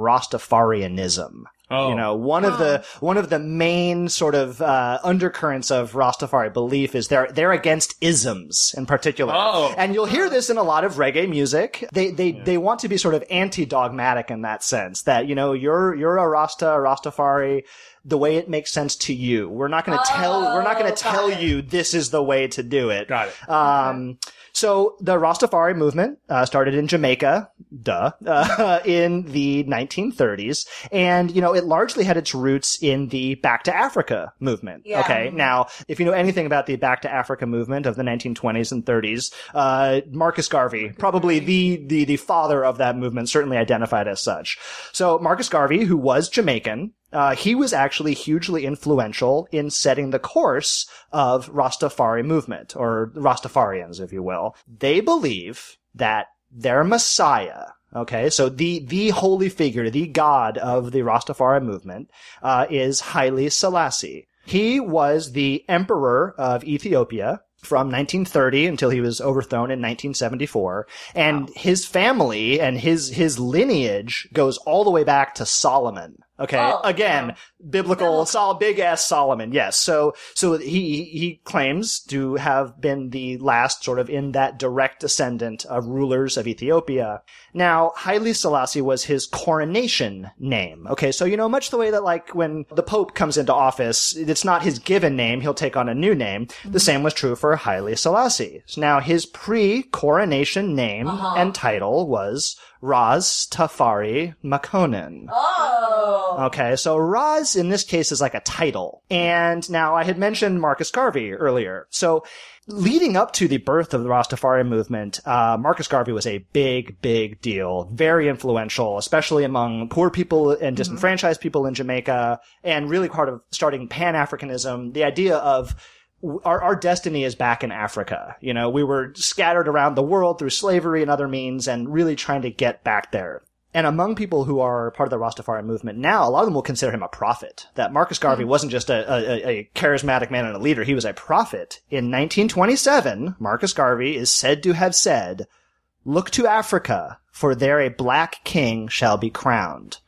Speaker 3: Rastafarianism.
Speaker 5: Oh.
Speaker 3: You know, one of the one of the main sort of uh, undercurrents of Rastafari belief is they're they're against isms in particular,
Speaker 5: Oh.
Speaker 3: and you'll hear this in a lot of reggae music. They they they want to be sort of anti dogmatic in that sense that you know you're you're a Rasta, a Rastafari, the way it makes sense to you. We're not going to tell we're not going to tell you this is the way to do it.
Speaker 5: Got it.
Speaker 3: Um, so the Rastafari movement uh, started in Jamaica, duh, uh, <laughs> in the 1930s, and you know it largely had its roots in the Back to Africa movement.
Speaker 2: Yeah.
Speaker 3: Okay, now if you know anything about the Back to Africa movement of the 1920s and 30s, uh, Marcus Garvey, probably the the the father of that movement, certainly identified as such. So Marcus Garvey, who was Jamaican, uh, he was actually hugely influential in setting the course of Rastafari movement, or Rastafarians, if you will. They believe that their Messiah, okay, so the, the holy figure, the god of the Rastafari movement, uh, is Haile Selassie. He was the emperor of Ethiopia from 1930 until he was overthrown in 1974. And his family and his, his lineage goes all the way back to Solomon. Okay.
Speaker 2: Oh,
Speaker 3: Again, biblical, Sol, big ass Solomon. Yes. So, so he, he claims to have been the last sort of in that direct descendant of rulers of Ethiopia. Now, Haile Selassie was his coronation name. Okay. So, you know, much the way that like when the Pope comes into office, it's not his given name. He'll take on a new name. The same was true for Haile Selassie. So now his pre-coronation name and title was Raz Tafari Makonnen. Okay, so Raz in this case is like a title. And now I had mentioned Marcus Garvey earlier. So leading up to the birth of the Rastafari movement, uh, Marcus Garvey was a big, big deal, very influential, especially among poor people and disenfranchised people in Jamaica, and really part of starting Pan-Africanism, the idea of w- our, our destiny is back in Africa. You know, we were scattered around the world through slavery and other means and really trying to get back there. And among people who are part of the Rastafari movement now, a lot of them will consider him a prophet. That Marcus Garvey wasn't just a, a, a charismatic man and a leader, he was a prophet. In 1927, Marcus Garvey is said to have said, Look to Africa, for there a black king shall be crowned.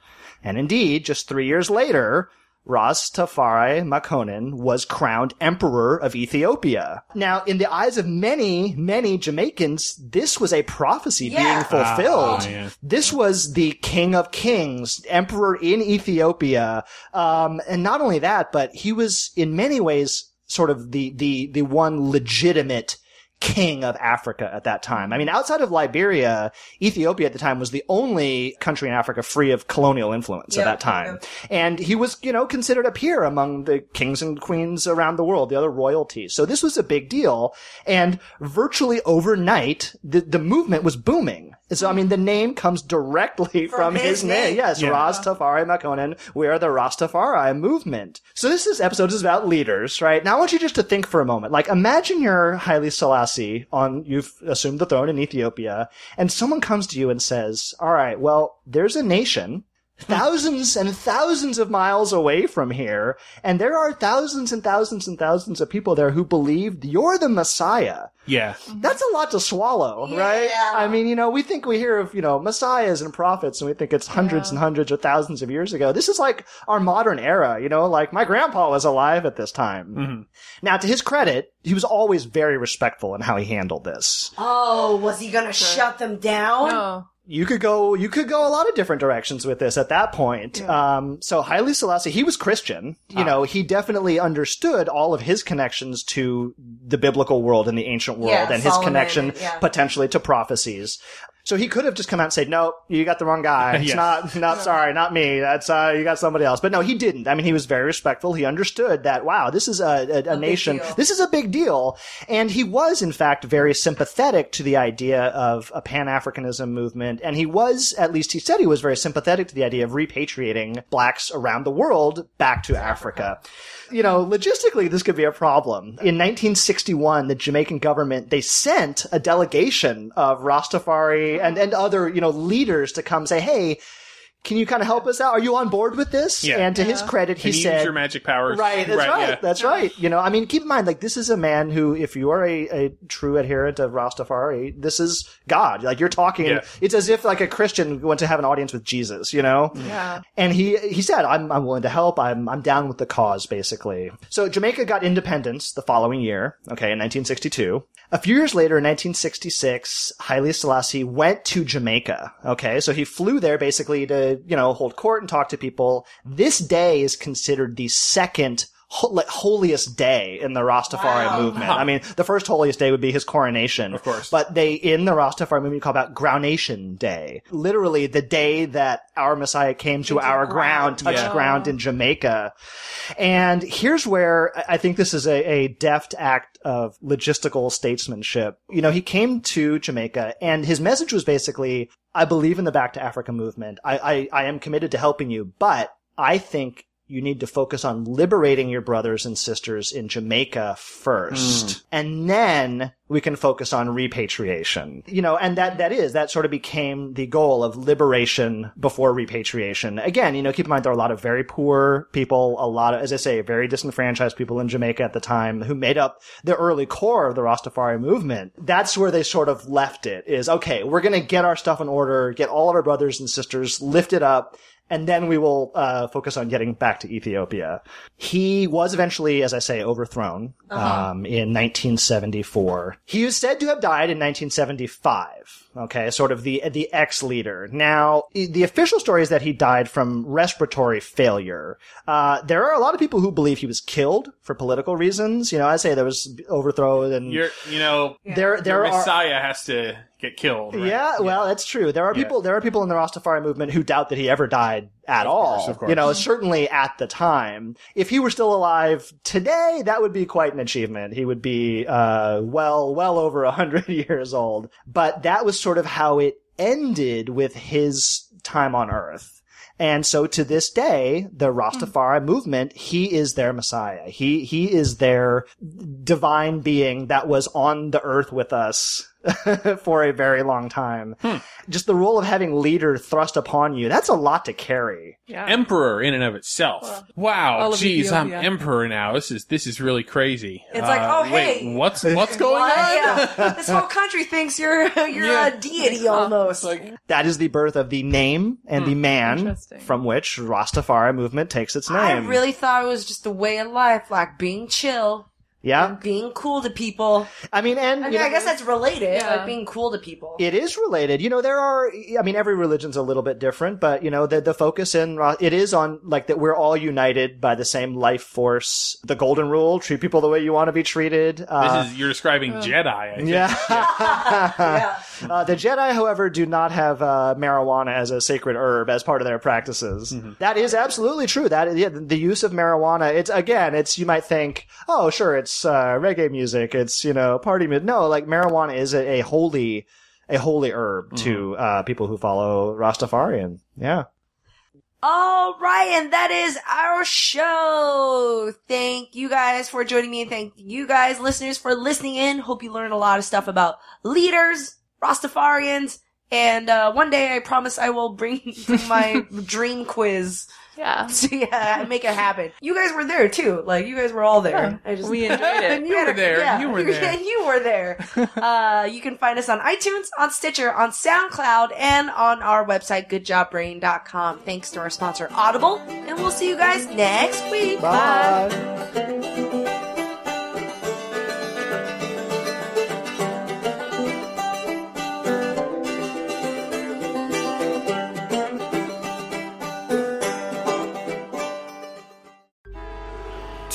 Speaker 3: And indeed, just three years later, Ras Tafari Makonnen was crowned Emperor of Ethiopia. Now, in the eyes of many, many Jamaicans, this was a prophecy being fulfilled.
Speaker 5: Ah, yeah.
Speaker 3: This was the King of Kings, Emperor in Ethiopia. Um, and not only that, but he was in many ways sort of the, the, the one legitimate king of Africa at that time. I mean, outside of Liberia, Ethiopia at the time was the only country in Africa free of colonial influence at
Speaker 2: Yeah,
Speaker 3: that time. And he was, you know, considered a peer among the kings and queens around the world, the other royalty. So this was a big deal. And virtually overnight, the, the movement was booming. So, I mean, the name comes directly from, his, name. Yes,
Speaker 5: Yeah.
Speaker 3: Ras Tafari Makonnen, we are the Rastafari movement. So this is episode is about leaders, right? Now I want you just to think for a moment. Like imagine you're Haile Selassie on you've assumed the throne in Ethiopia, and someone comes to you and says, All right, well, there's a nation thousands and thousands of miles away from here, and there are thousands and thousands and thousands of people there who believed you're the Messiah.
Speaker 5: Yeah.
Speaker 3: That's a lot to swallow, right? I mean, you know, we think we hear of, you know, messiahs and prophets and we think it's hundreds and hundreds or thousands of years ago. This is like our modern era, you know, like my grandpa was alive at this
Speaker 5: Mm-hmm.
Speaker 3: time. Now, to his credit, he was always very respectful in how he handled this.
Speaker 2: Oh, was he gonna shut them down?
Speaker 4: No.
Speaker 3: you could go you could go a lot of different directions with this at that point. Um, so Haile Selassie, he was Christian. You know, he definitely understood all of his connections to the biblical world and the ancient world
Speaker 2: Yeah,
Speaker 3: and his
Speaker 2: Solomon,
Speaker 3: connection
Speaker 2: yeah.
Speaker 3: potentially to prophecies. So he could have just come out and said, "No, you got the wrong guy. It's
Speaker 5: Yes.
Speaker 3: not, not sorry, not me. That's uh, you got somebody else." But no, he didn't. I mean, he was very respectful. He understood that. Wow, this is a, a, a nation.
Speaker 2: deal.
Speaker 3: This is a big deal. And he was, in fact, very sympathetic to the idea of a Pan Africanism movement. And he was, at least he said he was very sympathetic to the idea of repatriating blacks around the world back to Africa. You know, logistically, this could be a problem. In 1961, the Jamaican government, they sent a delegation of Rastafari
Speaker 5: Mm-hmm.
Speaker 3: and, and other, you know, leaders to come say, hey, can you kind of help us out? Are you on board with this?
Speaker 5: Yeah.
Speaker 3: And to his credit, he
Speaker 5: Can you
Speaker 3: said,
Speaker 5: use your magic powers.
Speaker 3: Right, that's right.
Speaker 5: yeah.
Speaker 3: That's right. You know, I mean, keep in mind, like, this is a man who, if you are a, a true adherent of Rastafari, this is God. Like, you're talking,
Speaker 5: Yeah.
Speaker 3: it's as if, like, a Christian went to have an audience with Jesus, you know?
Speaker 4: Yeah.
Speaker 3: And he, he said, I'm, I'm willing to help. I'm, I'm down with the cause, basically. So Jamaica got independence the following year, okay, in 1962. A few years later, in 1966, Haile Selassie went to Jamaica. Okay, so he flew there basically to, you know, hold court and talk to people. This day is considered the second ho- like, holiest day in the Rastafari movement. I mean, the first holiest day would be his coronation. Of
Speaker 5: course.
Speaker 3: But they, in the Rastafari movement, call that Groundation Day. Literally the day that our Messiah came to our ground, touched
Speaker 5: Yeah.
Speaker 3: ground in Jamaica. And here's where I- I think this is a, a deft act of logistical statesmanship. You know, he came to Jamaica and his message was basically, I believe in the Back to Africa movement. I, I, I am committed to helping you, but I think you need to focus on liberating your brothers and sisters in Jamaica first. And then we can focus on repatriation. You know, and that, that is, that sort of became the goal of liberation before repatriation. Again, you know, keep in mind there are a lot of very poor people, a lot of, as I say, very disenfranchised people in Jamaica at the time who made up the early core of the Rastafari movement. That's where they sort of left it is, okay, we're going to get our stuff in order, get all of our brothers and sisters lifted up, and then we will uh, focus on getting back to Ethiopia. He was eventually, as I say, overthrown
Speaker 10: Uh-huh.
Speaker 3: um, in 1974. He is said to have died in 1975. Okay, sort of the the ex leader. Now, i- the official story is that he died from respiratory failure. Uh, there are a lot of people who believe he was killed for political reasons. You know, I say there was overthrow and
Speaker 5: Your, you know,
Speaker 3: There- there
Speaker 5: your
Speaker 3: are-
Speaker 5: Messiah has to get killed. Right?
Speaker 3: yeah, well, that's true. There are
Speaker 5: Yeah.
Speaker 3: people. There are people in the Rastafari movement who doubt that he ever died at all.
Speaker 5: course, of course.
Speaker 3: You know, certainly at the time. If he were still alive today, that would be quite an achievement. He would be uh, well, well over a hundred <laughs> years old. But that was sort of how it ended with his time on Earth. And so to this day, the Rastafari
Speaker 5: Hmm.
Speaker 3: movement, he is their messiah. He, he is their divine being that was on the earth with us <laughs> for a very long time.
Speaker 5: Hmm.
Speaker 3: Just the role of having leader thrust upon you, that's a lot to carry.
Speaker 5: <laughs> Emperor in and of itself. wow,
Speaker 3: all of
Speaker 5: geez, I'm
Speaker 3: Ethiopia.
Speaker 5: emperor now. This is this is really crazy. Uh,
Speaker 2: It's like, oh,
Speaker 5: wait,
Speaker 2: hey. <laughs>
Speaker 5: what's what's going
Speaker 2: What?
Speaker 5: on?
Speaker 2: Yeah. <laughs> this whole country thinks you're you're a deity almost.
Speaker 3: That is the birth of the name and the man from which Rastafari movement takes its name.
Speaker 2: I really thought it was just the way of life, like being chill,
Speaker 3: yeah.
Speaker 2: being cool to people.
Speaker 3: I mean, and
Speaker 2: I,
Speaker 3: you know-
Speaker 2: guess that's related,
Speaker 4: Yeah.
Speaker 2: like being cool to people. <laughs>
Speaker 3: <laughs> It is related. You know, there are, I mean, every religion's a little bit different, but you know, the, the focus in, Ra- it is on like that we're all united by the same life force, the golden rule, treat people the way you want to be treated. Uh,
Speaker 5: this is you're describing Jedi. I
Speaker 3: <laughs>
Speaker 5: think.
Speaker 2: <laughs>
Speaker 3: yeah. Uh, the Jedi, however, do not have uh, marijuana as a sacred herb as part of their practices. That is absolutely true. That yeah, the use of marijuana, it's again, it's you might think, oh, sure, it's uh, reggae music, it's you know party music. No, like marijuana is a, a holy, a holy herb to uh, people who follow Rastafarian. Yeah.
Speaker 2: All right, and that is our show. Thank you guys for joining me and thank you guys, listeners, for listening in. Hope you learned a lot of stuff about leaders, Rastafarians, and uh, one day I promise I will bring, <laughs> bring my dream quiz.
Speaker 4: Yeah.
Speaker 2: <laughs> yeah, and make it happen. You guys were there too. Like, you guys were all there. I just, <laughs>
Speaker 4: We enjoyed it.
Speaker 2: And
Speaker 4: You
Speaker 2: had
Speaker 4: were
Speaker 2: a-
Speaker 4: there. You were there.
Speaker 2: And <laughs> you were there.
Speaker 4: <laughs>
Speaker 2: uh, you can find us on iTunes, on Stitcher, on SoundCloud, and on our website, goodjobbrain.com. Thanks to our sponsor, Audible. And we'll see you guys next week.
Speaker 3: Bye.